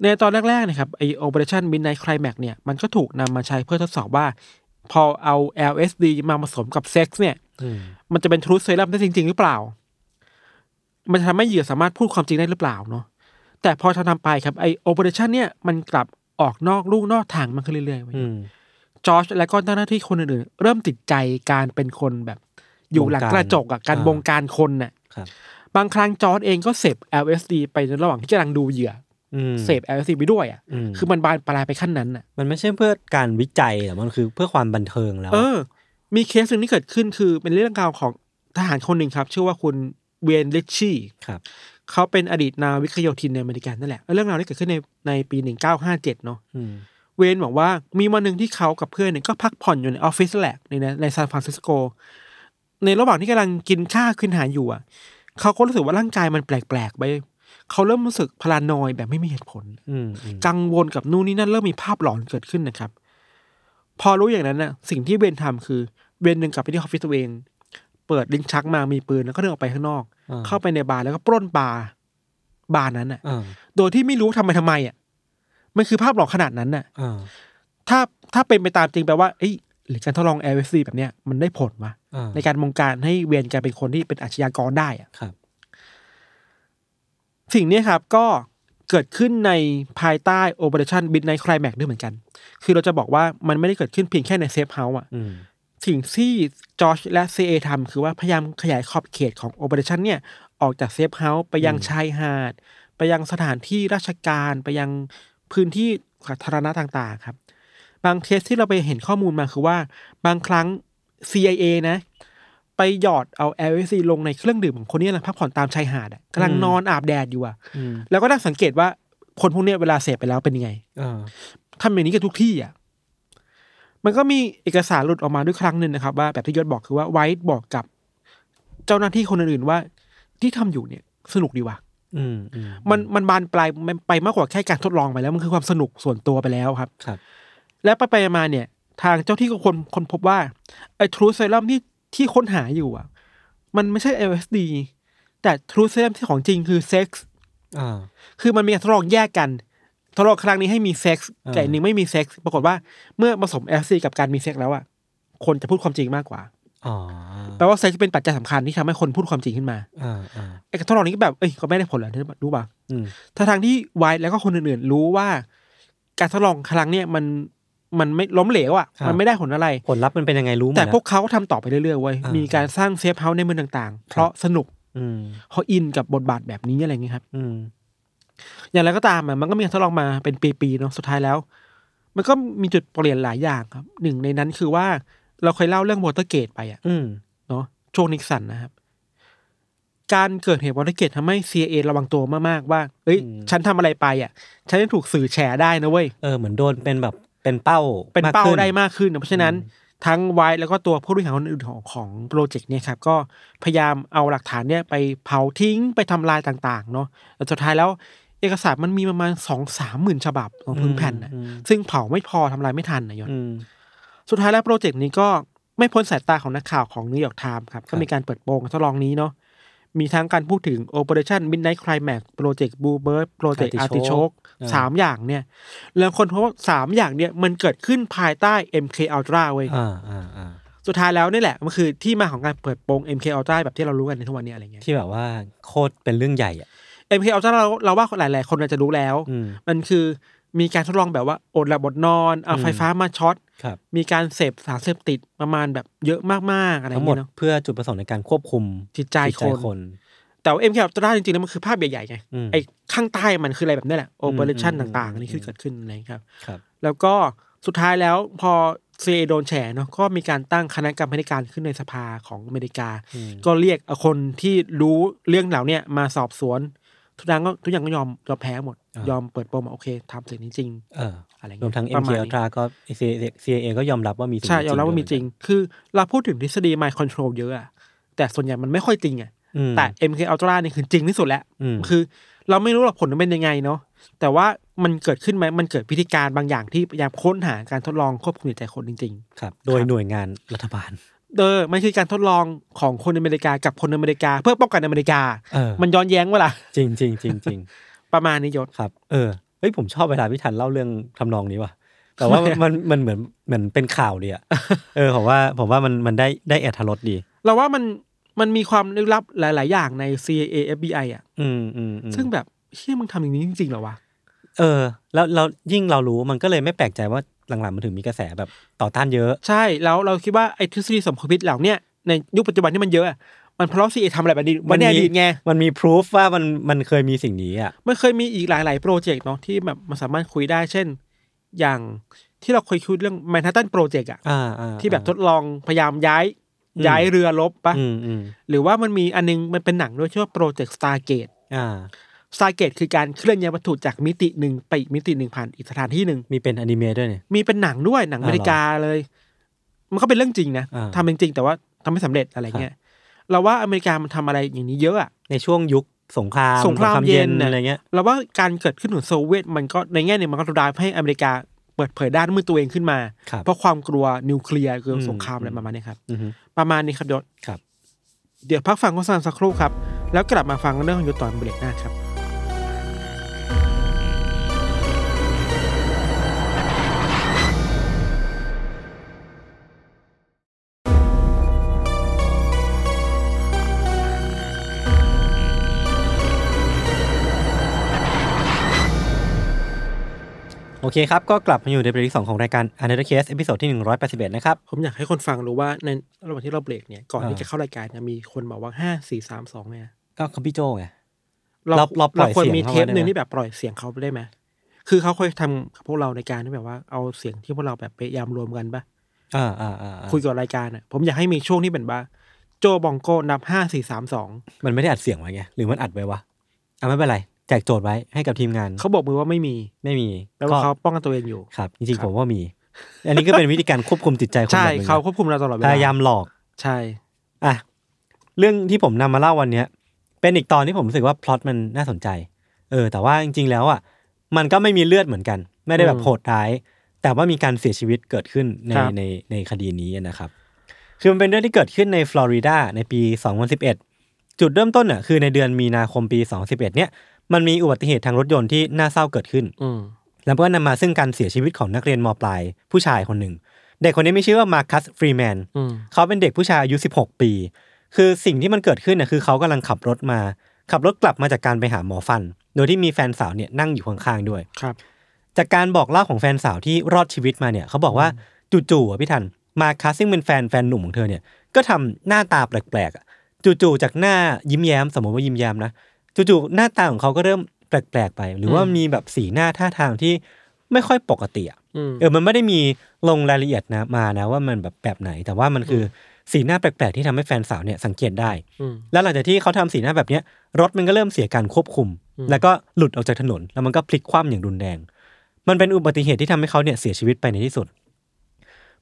Speaker 2: ในตอนแรกๆนะครับไอโอเปอเรชั่นมินไนท์คลแม็กเนี่ยมันก็ถูกนำมาใช้เพื่อทดสอบว่า พอเอา LSD มาผสมกับเซ็กซ์เนี่ย
Speaker 1: อืม
Speaker 2: มันจะเป็นทรู t เซรั่มได้จริง ๆ หรือเปล่า มันจะทำให้เหยื่อสามารถพูดความจริงได้หรือเปล่าเนาะ แต่พอทำๆไปครับไอโอเปอเรชันเนี่ยมันกลับออกนอกลูกนอกทางมันขึ้นเรื่อยๆเว้ย
Speaker 1: อืม
Speaker 2: จอร์จและก็เจ้าหน้าที่คนอื่นๆ เริ่มติดใจการเป็นคนแบบ อยู่หลังกระจกอะการบ
Speaker 1: บ
Speaker 2: ง
Speaker 1: ง
Speaker 2: กา
Speaker 1: การ ร
Speaker 2: คนน่ะ
Speaker 1: ครับ
Speaker 2: บางครั้งจอร์จเองก็เสพ LSD ไปในระหว่างที่กำลังดูเหยื่อ
Speaker 1: อืม
Speaker 2: อเสพ LSD ไปด้วยอะ
Speaker 1: อืม
Speaker 2: คือมันบานปลายไปขั้นนั้นน่ะ
Speaker 1: มันไม่ใช่เพื่อการวิจัยแต่มันคือเพื่อความบันเทิงแล้ว
Speaker 2: เออ มีเคสหนึ่งที่เกิดขึ้นคือเป็นเรื่องราวของทหารคนหนึ่งครับชื่อว่าคุณเวยนลิชชี่
Speaker 1: ครับ
Speaker 2: เขาเป็นอดีตนาวิกโยธินในอเมริกันนั่นแหละ เรื่องราวนี้เกิดขึ้นในในปี 1957 เนาะ
Speaker 1: อืม
Speaker 2: เวนบอกว่ามีวันหนึ่งที่เขากับเพื่อนเนี่ยก็พักผ่อนอยู่ในออฟฟิศแหละในในซานฟรานซิสโก ในระหว่างที่กำลังกินข้าวกินอาหารอยู่อ่ะ เขาก็รู้สึกว่าร่างกายมันแปลกๆไป เขาเริ่มรู้สึกพลานอยด์แบบไม่มีเหตุผล
Speaker 1: อืมอืม
Speaker 2: กังวลกับนู่นนี่นั่นเริ่มมีภาพหลอนเกิดขึ้นนะครับ พอรู้อย่างนั้นน่ะ สิ่งที่เบนทำคือเบนเดินกลับไปที่ออฟฟิศตัวเอง เปิดลิ้นชักมามีปืนแล้วก็เดินออกไปข้างนอก
Speaker 1: อ่
Speaker 2: เข้าไปในบาร์แล้วก็ปล้นบาร์บาร์นั้นน่ะ
Speaker 1: อ่า
Speaker 2: โดยที่ไม่รู้ทำไปทำไมอ่ะมันคือภาพหลอนขนาดนั้นน่ะ
Speaker 1: อ่า
Speaker 2: ถ้าถ้าเป็นไปตามจริงแปลว่าเอ้ยหรือการทดลอง l อ c แบบเนี้ยมันได้ผลวะ
Speaker 1: อ่า
Speaker 2: ในการมงการให้เวียนกลายเป็นคนที่เป็นอาชญากรได้อะ
Speaker 1: ครับ
Speaker 2: สิ่งเนี้ยครับก็เกิดขึ้นในภายใต้ Operation Midnight Climax ด้วยเหมือนกัน คือเราจะบอกว่ามันไม่ได้เกิดขึ้นเพียงแค่ในเซฟเฮาส์อ่ะ
Speaker 1: อืม
Speaker 2: สิ่งที่จอชและ CA ทำคือว่าพยายามขยายขอบเขตของ Operation เนี่ยออกจากเซฟเฮาส์ไปยังชายหาด ไปยังสถานที่ราชการไปยังพื้นที่สาธารณะต่างๆครับ บางเคสที่เราไปเห็นข้อมูลมาคือว่า บางครั้ง CIA นะ ไปหยอดเอา l อ c ลงในเครื่องดื่มของคนนี้แหละพักผ่อนตามชายหาดอะกำลังนอนอาบแดดอยู่อะ
Speaker 1: อืม
Speaker 2: แล้วก็นั่งสังเกตว่าคนพวกเนี้ยเวลาเสพไปแล้วเป็นยังไง
Speaker 1: อ่า
Speaker 2: ทำอย่างนี้กันทุกที่อะมันก็มีเอกสารหลุดออกมาด้วยครั้งหนึ่งนะครับ ว่าแบบที่ยศบอกคือว่าไวท์บอกกับ เจ้าหน้าที่คนอื่นๆว่า ที่ทำอยู่เนี่ยสนุกดีว่ะ
Speaker 1: อืมอืม
Speaker 2: มันมันบานปลายมันไปมากกว่าแค่การทดลองไปแล้วมันคือความสนุกส่วนตัวไปแล้วครับ
Speaker 1: ครับ
Speaker 2: และไปไปมาเนี่ย ทางเจ้าที่ก็คนคนพบว่าไอ้ทรูเซรั่มที่ที่ค้นหาอยู่อ่ะ มันไม่ใช่ LSD แต่ทรูเซรั่มที่ของจริงคือเซ็กซ์
Speaker 1: อ่า
Speaker 2: คือมันมีการทดลองแยกกันทดลองครั้งนี้ให้มีเซ็กซ์
Speaker 1: อ่า
Speaker 2: แต่อีกหนึ่งไม่มีเซ็กซ์ปรากฏว่าเมื่อผสม LSD กับการมีเซ็กซ์แล้วอ่ะคนจะพูดความจริงมากกว่า
Speaker 1: อ๋อ
Speaker 2: แปลว่าเซ็กซ์เป็นปัจจัยสำคัญที่ทำให้คนพูดความจริงขึ้นมา
Speaker 1: อ่าอ่า
Speaker 2: ไอ้การทดลองนี้ก็แบบเอ้ยก็ไม่ได้ผลเหรอรู้ป่ะ
Speaker 1: อืม
Speaker 2: ถ้าทางที่ไวท์แล้วก็คนอื่นๆ รู้ว่า การทดลองครั้งเนี่ยมันมันไม่ล้มเหลวอ่ะมันไม่ได้ผลอะไร
Speaker 1: ผลลัพธ์มันเป็นยังไงรู้หมด
Speaker 2: แต่
Speaker 1: ล้ว
Speaker 2: พวกเขาก็ทำต่อไปเรื่อยๆเว้ย
Speaker 1: อ่ามี
Speaker 2: มีการสร้างเซฟเฮาส์ในเมืองต่างๆ เพราะสนุก
Speaker 1: อืม
Speaker 2: เพราะอินกับบทบาทแบบนี้อะไรอย่างเงี้ยครับ
Speaker 1: อืม
Speaker 2: อย่างไรก็ตามอะมันก็มีการทดลองมาเป็นปีๆเนาะสุดท้ายแล้ว มันก็มีจุดเปลี่ยนหลายอย่างครับ หนึ่งในนั้นคือว่าเราเคยเล่าเรื่องวอเตอร์เกตไปอ่ะ
Speaker 1: อืม
Speaker 2: เนาะช่วงนิกสันนะครับ การเกิดเหตุวอเตอร์เกตทำให้ CIA ระวังตัวมากๆว่าเอ้ย ฉันทำอะไรไปอ่ะ ฉันจะถูกสื่อแฉได้นะเว้ย
Speaker 1: เออเหมือนโดนเป็นแบบเป็นเป้า
Speaker 2: เป็น
Speaker 1: มก
Speaker 2: เป้า
Speaker 1: ขึ้
Speaker 2: ได้มากขึ้นนะเพราะฉะนั้นทั้งไวท์แล้วก็ตัวผู้บริหารคนอื่นของของโปรเจกต์เนี่ยครับ ก็พยายามเอาหลักฐานเนี่ยไปเผาทิ้งไปทำลายต่าง ๆ เนาะแต่สุดท้ายแล้วเอกสารมันมีประมาณสองสามหมื่นฉบับของพื้นแผ่นนะ
Speaker 1: อืม
Speaker 2: ซึ่งเผาไม่พอทำลายไม่ทันนะยศ
Speaker 1: อืม
Speaker 2: สุดท้ายแล้วโปรเจกต์นี้ก็ไม่พ้นสายตาของนักข่าวของนิวยอร์กไทม์ครับ ก็มีการเปิดโปงการทดลองนี้เนาะมีทั้งการพูดถึง Operation Midnight Climax Project Blue Bird Project
Speaker 1: Artichoke
Speaker 2: Artichoke
Speaker 1: อ่า
Speaker 2: สามอย่างเนี่ย แล้วคนพบว่าสามอย่างเนี่ยมันเกิดขึ้นภายใต้ MK Ultra เว้ย
Speaker 1: อ่าอ่าอ่า
Speaker 2: สุดท้ายแล้วนี่แหละ มันคือที่มาของการเปิดโปง MK Ultra แบบที่เรารู้กันในทุกวันนี้อะไรเงี้ย
Speaker 1: ที่แบบว่าโคตรเป็นเรื่องใหญ่อ่ะ
Speaker 2: MK Ultra เราเราว่าหลาย ๆ คนอาจจะรู้แล้ว
Speaker 1: อืม
Speaker 2: มันคือมีการทดลองแบบว่าอดหลับบดนอนเอา
Speaker 1: อืม
Speaker 2: ไฟฟ้ามาช็อต
Speaker 1: ครับ
Speaker 2: มีการเสพสารเสพติดประมาณแบบเยอะมาก ๆ อะไร
Speaker 1: ทั้งหมด
Speaker 2: เงี้ยเนาะ
Speaker 1: เพื่อจุดประสงค์ในการควบคุม
Speaker 2: จิตใจ
Speaker 1: จิต
Speaker 2: ค
Speaker 1: ใจ
Speaker 2: น
Speaker 1: คน
Speaker 2: แต่ว่า MK Ultra จริง ๆ แล้วมันคือภาพใหญ่ ๆ ไง
Speaker 1: อืม
Speaker 2: ไอ้ข้างใต้มันคืออะไรแบบนี้แหละ Operation
Speaker 1: อืมอืม
Speaker 2: ต่าง ๆ อันนี้คือ
Speaker 1: ม
Speaker 2: เกิดขึ้นอะไรครับ
Speaker 1: ครับ
Speaker 2: แล้วก็สุดท้ายแล้วพอเซโดนแฉเนาะก็มีการตั้งคณะกรรมาธิการขึ้นในสภาของอเมริกา
Speaker 1: อืม
Speaker 2: ก็เรียกเอาคนที่รู้เรื่องเหล่าเนี้ยมาสอบสวน ทุกอย่างก็ทุกอย่างก็ยอมยอมแพ้หมด
Speaker 1: อ่าย
Speaker 2: ยอมเปิดโปมว่าโอเคทำสิ่งนี้จริง
Speaker 1: เออ
Speaker 2: อะไรเงี้ย
Speaker 1: รวมทั้ง
Speaker 2: ประ
Speaker 1: MK
Speaker 2: มาณนี้
Speaker 1: Ultra ก็ CIA ก็ยอมรับว่ามี
Speaker 2: ใช่ยอมรับว่ามีจริง คือเราพูดถึงทฤษฎี mind control เยอะอะแต่ส่วนใหญ่มันไม่ค่อยจริงอะแต่
Speaker 1: แต่
Speaker 2: MK Ultra นี่คือจริงที่สุดแล้ว
Speaker 1: อืม
Speaker 2: คือเราไม่รู้หรอกผลมันเป็นยังไงเนาะแต่ว่ามันเกิดขึ้นไหมมันเกิดพิธีการบางอย่างที่พยายามค้นหาการทดลองควบคุมจิตใจคนจริง ๆ
Speaker 1: ครับ โดยหน่วยงานรัฐบาล
Speaker 2: เออมันคือการทดลองของคนอเมริกากับคนอเมริกา เพื่อป้องกันอเมริกา
Speaker 1: เออ
Speaker 2: มันย้อนแย้งเวลา
Speaker 1: จริงจริงจริงจริง
Speaker 2: ประมาณนี้ยศ
Speaker 1: ครับ เออเฮ้ยผมชอบเวลาพี่ทันเล่าเรื่องทำนองนี้ว่ะ แต่ว่า มันมันมันเหมือนเหมือนเป็นข่าวเลยอ่ะ เออผมว่าผมว่ามันมันได้ได้แอทรสดี
Speaker 2: เราว่ามันมันมีความลึกลับหลาย ๆ อย่างใน CIA FBI อ่ะ
Speaker 1: อืมอืมอืม
Speaker 2: ซึ่งแบบเชี่ยมึงทำอย่างนี้จริง ๆ เหรอวะ
Speaker 1: เออ แล้วเรายิ่งเรารู้มันก็เลยไม่แปลกใจว่าหลังๆมันถึงมีกระแสแบบต่อต้านเยอะ
Speaker 2: ใช่ แล้วเราคิดว่าไอ้ทฤษฎีสมคบคิดเหล่าเนี้ยในยุคปัจจุบันที่มันเยอะอะมันเพราะ CIA ทำอะไรแบบนี้มันในอดีตไง
Speaker 1: มันมีพิสูจว่ามันมันเคยมีสิ่งนี้อ่ะ
Speaker 2: มันเคยมีอีกหลาย ๆ โปรเจกต์เนาะที่แบบมันสามารถคุยได้ เช่น อย่างที่เราเคยคุยเรื่อง Manhattan Project อ่ะ
Speaker 1: อ่าอ่า
Speaker 2: ที่แบบทดลองพยายามย้าย
Speaker 1: อืม
Speaker 2: ย้ายเรือรบปะ
Speaker 1: อืมอืม
Speaker 2: หรือว่ามันมีอันนึงมันเป็นหนังด้วยชื่อว่าโปรเจกต์สตาร์เกต
Speaker 1: อ่า
Speaker 2: สตาร์เกตคือการเคลื่อนย้ายวัตถุจากมิติหนึ่งไปอีกมิติหนึ่งผ่านอีกสถานที่หนึ่ง
Speaker 1: มีเป็นอนิเมะด้วยเนี่ย
Speaker 2: มีเป็นหนังด้วยหนังอเมริกาเลย มันก็เป็นเรื่องจริงนะ
Speaker 1: อ่า
Speaker 2: ทำเป็นจริงแต่ว่าทำไม่สำเร็จอะไรเงี้ยเราว่าอเมริกามันทำอะไรอย่างนี้เยอะอะ
Speaker 1: ในช่วงยุค สงคราม
Speaker 2: สงครามเย็นน่ะ
Speaker 1: อะไรเงี้ย
Speaker 2: เราว่าการเกิดขึ้นของโซเวียตมันก็ในแง่หนึ่งมันก็ดรายให้อเมริกาเปิดเผยด้านมือตัวเองขึ้นมา
Speaker 1: ครับ
Speaker 2: เพราะความกลัวนิวเคลียร์คืออ
Speaker 1: ม
Speaker 2: สงครามอะไร
Speaker 1: อืม
Speaker 2: ประมาณนี้ครับ
Speaker 1: อือฮึ
Speaker 2: ประมาณนี้ครับยศ
Speaker 1: ครับ
Speaker 2: เดี๋ยวพักฟังโฆษณาสักครู่ครับ แล้วกลับมาฟังเรื่องของยศตอนเบรกหน้าครับ
Speaker 1: โอเคครับ ก็กลับมาอยู่ในเบรกที่สองของรายการ Another Case เอพิโซดที่181 นะครับ
Speaker 2: ผมอยากให้คนฟังรู้ว่าในระหว่างที่เราเบรกเนี่ย ก่อน
Speaker 1: อ่า
Speaker 2: ที่จะเข้ารายการเนี่ยมีคนบอกว่าห้าสี่สามสองเนี่ย
Speaker 1: ก็คอมพี่โจไง
Speaker 2: เรา
Speaker 1: เราเราปล่อย
Speaker 2: ควร
Speaker 1: เสียง
Speaker 2: มีเท
Speaker 1: เขา
Speaker 2: ป
Speaker 1: ไว้ได้ไหม
Speaker 2: หนึ่งที่แบบปล่อยเสียงเขาไปได้ไหมคือเขาเคยทำกับพวกเราในการที่แบบว่าเอาเสียงที่พวกเราแบบพยายามรวมกันปะ
Speaker 1: อ่าอ่าอ่าอ่า
Speaker 2: คุยกับรายการอ่ะผมอยากให้มีช่วงที่เป็นว่าโจบองโกนับห้าสี่สามสอง
Speaker 1: มันไม่ได้อัดเสียงไว้ไง หรือมันอัดไว้วะอ่ะไม่เป็นไร แจกโจทย์ไว้ให้กับทีมงาน
Speaker 2: เขาบอกมือว่าไม่มี
Speaker 1: ไม่มี
Speaker 2: แปลว่าเขาป้องกันตัวเองอยู่
Speaker 1: ครับ จ
Speaker 2: ครั
Speaker 1: ริง
Speaker 2: บ
Speaker 1: ๆผมว่ามี อันนี้ก็เป็นวิธีการควบคุมจิตใจคน
Speaker 2: ใช่
Speaker 1: แบบหนึง
Speaker 2: เขาควบคุมเราตลอดเวลาย
Speaker 1: พายามหลอก
Speaker 2: ใช่
Speaker 1: อ่ะเรื่องที่ผมนำมาเล่าวันเนี้ย เป็นอีกตอนที่ผมรู้สึกว่าพล็อตมันน่าสนใจ เออ แต่ว่าจริง ๆ แล้วอ่ะมันก็ไม่มีเลือดเหมือนกัน ไม่ได้แบบโหดร้าย แต่ว่ามีการเสียชีวิตเกิดขึ้นในในในคดีนี้นะครับ คือมันเป็นเรื่องที่เกิดขึ้นในฟลอริดาในปี 2011 จุดเริ่มต้นอ่ะคือในเดือนมีนาคมปี 2011 เนี่ยมันมีอุบัติเหตุทางรถยนต์ที่น่าเศร้าเกิดขึ้น
Speaker 2: อืม
Speaker 1: แล้วก็นำมาซึ่งการเสียชีวิตของนักเรียนมปลายผู้ชายคนหนึ่งเด็กคนนี้มีชื่อว่ามาคัสฟรีแมน
Speaker 2: อืม
Speaker 1: เขาเป็นเด็กผู้ชายอายุ 16 ปี คือสิ่งที่มันเกิดขึ้นน่ะคือเขากำลังขับรถมา ขับรถกลับมาจากการไปหาหมอฟัน โดยที่มีแฟนสาวเนี่ยนั่งอยู่ข้างๆด้วย
Speaker 2: ครับ
Speaker 1: จากการบอกเล่าของแฟนสาวที่รอดชีวิตมาเนี่ย เขาบอกว่าจู่ๆอ่ะพี่ทัน มาคัสซึ่งเป็นแฟนแฟนหนุ่มของเธอเนี่ย ก็ทำหน้าตาแปลกๆอ่ะจู่ๆจากหน้ายิ้มแย้ม สมมติว่ายิ้มแย้มนะ จู่ๆหน้าตาของเขาก็เริ่มแปลกๆไป หรือว่า
Speaker 2: อืม
Speaker 1: มีแบบสีหน้าท่าทางที่ไม่ค่อยปกติอ่ะ
Speaker 2: อืม
Speaker 1: เออ มันไม่ได้มีลงรายละเอียดนะมานะว่ามันแบบแบบไหน แต่ว่ามันคือสีหน้าแปลกๆที่ทำให้แฟนสาวเนี่ยสังเกตได้
Speaker 2: อืม
Speaker 1: แล้วหลังจากที่เขาทำสีหน้าแบบเนี้ยรถมันก็เริ่มเสียการควบคุม
Speaker 2: อืม
Speaker 1: แล้วก็หลุดออกจากถนน แล้วมันก็พลิกคว่ำอย่างรุนแรง มันเป็นอุบัติเหตุที่ทำให้เขาเนี่ยเสียชีวิตไปในที่สุด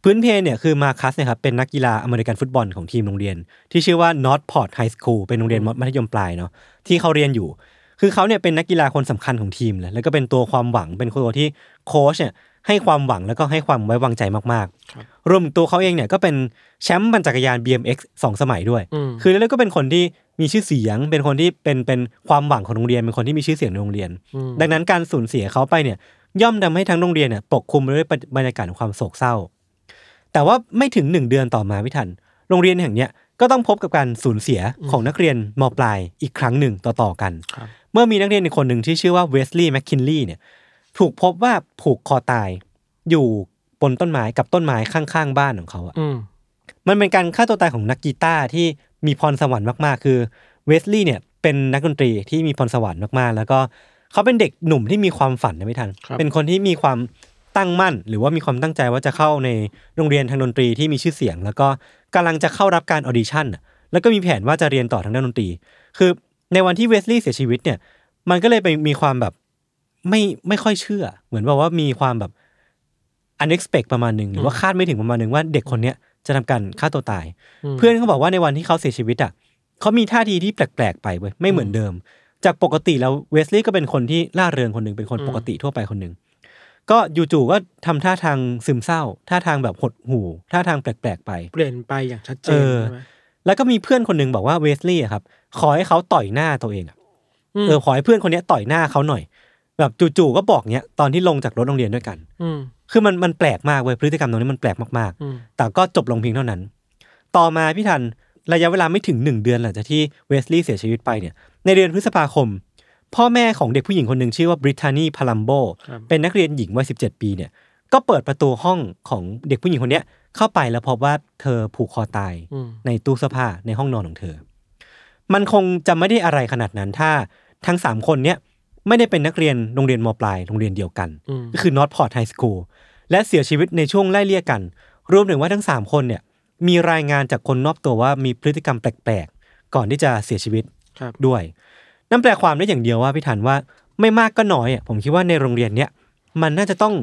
Speaker 1: พื้นเพเนี่ยคือมาคัสเนี่ยครับเป็นนักกีฬาอเมริกันฟุตบอลของทีมโรงเรียน ที่ชื่อว่านอตพอร์ตไฮสคูลเป็นโรงเรียนมัธยมปลายเนาะที่เขาเรียนอยู่ คือเขาเนี่ยเป็นนักกีฬาคนสำคัญของทีมเลยแล้วก็เป็นตัวความหวังเป็นตัวที่โค้ชเนี่ยให้ความหวังแล้วก็ให้ความไว้วางใจมาก
Speaker 2: ครับ
Speaker 1: ๆรวมถึงตัวเขาเองเนี่ยก็เป็นแชมป์ปั่นจักรยาน BMX สองสมัยด้วย
Speaker 2: อืม
Speaker 1: คือเรื่อยๆก็เป็นคนที่มีชื่อเสียง เป็นคนที่เป็นเป็นความหวังของโรงเรียน เป็นคนที่มีชื่อเสียงในโรงเรียน
Speaker 2: ม
Speaker 1: ดังนั้นการสูญเสียเขาไปเนี่ยย่อมทำให้ทั้งโรงเรียนเนี่ยปกคลุมไปด้วยบรรยากาศของความโศกเศร้า แต่ว่าไม่ถึงหนึ่งเดือนต่อมาพี่ทัน โรงเรียนแห่งเนี้ยก็ต้องพบกับการสูญเสียของนักเรียนมปลายอีกครั้งหนึ่งต่อๆกัน
Speaker 2: ครับ
Speaker 1: เมื่อมีนักเรียนอีกคนหนึ่งที่ชื่อว่าเวสลีย์แมคคินลีย์เนี่ยถูกพบว่าผูกคอตายอยู่บนต้นไม้กับต้นไม้ข้างๆบ้านของเขาอะ
Speaker 2: อืม
Speaker 1: มันเป็นการฆ่าตัวตายของนักกีตาร์ที่มีพรสวรรค์มากๆ คือเวสลีย์เนี่ยเป็นนักดนตรีที่มีพรสวรรค์มากๆ แล้วก็เขาเป็นเด็กหนุ่มที่มีความฝันนะพี่ทัน เป็นคนที่มีความตั้งมั่น หรือว่ามีความตั้งใจว่าจะเข้าในโรงเรียนทางดนตรีที่มีชื่อเสียง แล้วก็กำลังจะเข้ารับการออดิชั่นน่ะแล้วก็มีแผนว่าจะเรียนต่อทางด้านดนตรี คือในวันที่เวสลีย์เสียชีวิตเนี่ย มันก็เลยไปมีความแบบไม่ไม่ค่อยเชื่อ เหมือนแบบว่ามีความแบบ unexpect ประมาณหนึ่งหรือว่าคาดไม่ถึงประมาณหนึ่งว่าเด็กคนเนี้ยจะทำการฆ่าตัวตาย
Speaker 2: ม
Speaker 1: เพื่อนเขาบอกว่าในวันที่เขาเสียชีวิตอ่ะเขามีท่าทีที่แปลกๆไปเว้ยไม่เหมือนเดิม จากปกติแล้วเวสลีย์ก็เป็นคนที่ล่าเริงคนหนึ่งเป็นคนปกติทั่วไปคนหนึ่งก็จู่ๆก็ทำท่าทางซึมเศร้า ท่าทางแบบหดหู่ท่าทางแปลกๆไป
Speaker 2: เปลี่ยนไปอย่างชัดเจน
Speaker 1: เออ
Speaker 2: ใช่ไหม
Speaker 1: แล้วก็มีเพื่อนคนหนึ่งบอกว่าเวสลีย์อะครับขอให้เขาต่อยหน้าตัวเองอะ
Speaker 2: ม
Speaker 1: เออขอให้เพื่อนคนเนี้ยต่อยหน้าเขาหน่อย แบบจู่ๆก็บอกเนี้ยตอนที่ลงจากรถโรงเรียนด้วยกัน
Speaker 2: ม
Speaker 1: คือมันมันแปลกมากเว้ยพฤติกรรมตรงนี้มันแปลกมาก
Speaker 2: อืม
Speaker 1: ๆ แต่ก็จบลงเพียงเท่านั้น ต่อมาพี่ทันระยะเวลาไม่ถึงหนึ่งเดือนหลังจากที่เวสลีย์เสียชีวิตไปเนี่ย ในเดือนพฤษภาคม พ่อแม่ของเด็กผู้หญิงคนหนึ่งชื่อว่าบริทานีพาลัมโบ
Speaker 2: ครับ
Speaker 1: เป็นนักเรียนหญิงวัยสิปีเนี่ยก็เปิดประตูห้องของเด็กผู้หญิงคนเนี้ยเข้าไปแล้วพบว่าเธอผูกคอตาย
Speaker 2: อืม
Speaker 1: ในตู้เสื้อผ้าในห้องนอนของเธอ มันคงจะไม่ได้อะไรขนาดนั้นถ้าทั้งสามคนเนี้ยไม่ได้เป็นนักเรียนโรงเรียนมปลายโรงเรียนเดียวกัน
Speaker 2: อืม
Speaker 1: ก็คือนอตพอร์ตไฮสคูลและเสียชีวิตในช่วงไล่เลี่ยกัน รวมถึงว่าทั้งสามคนเนี่ยมีรายงานจากคนรอบตัวว่ามีพฤติกรรมแปลกๆ ก่อนที่จะเสียชีวิต
Speaker 2: ครับ
Speaker 1: ด้วยนั่นแปลความได้อย่างเดียวว่าพี่ถันว่าไม่มากก็น้อยอ่ะผมคิดว่าในโรงเรียนเนี้ยมันน่าจะต้อง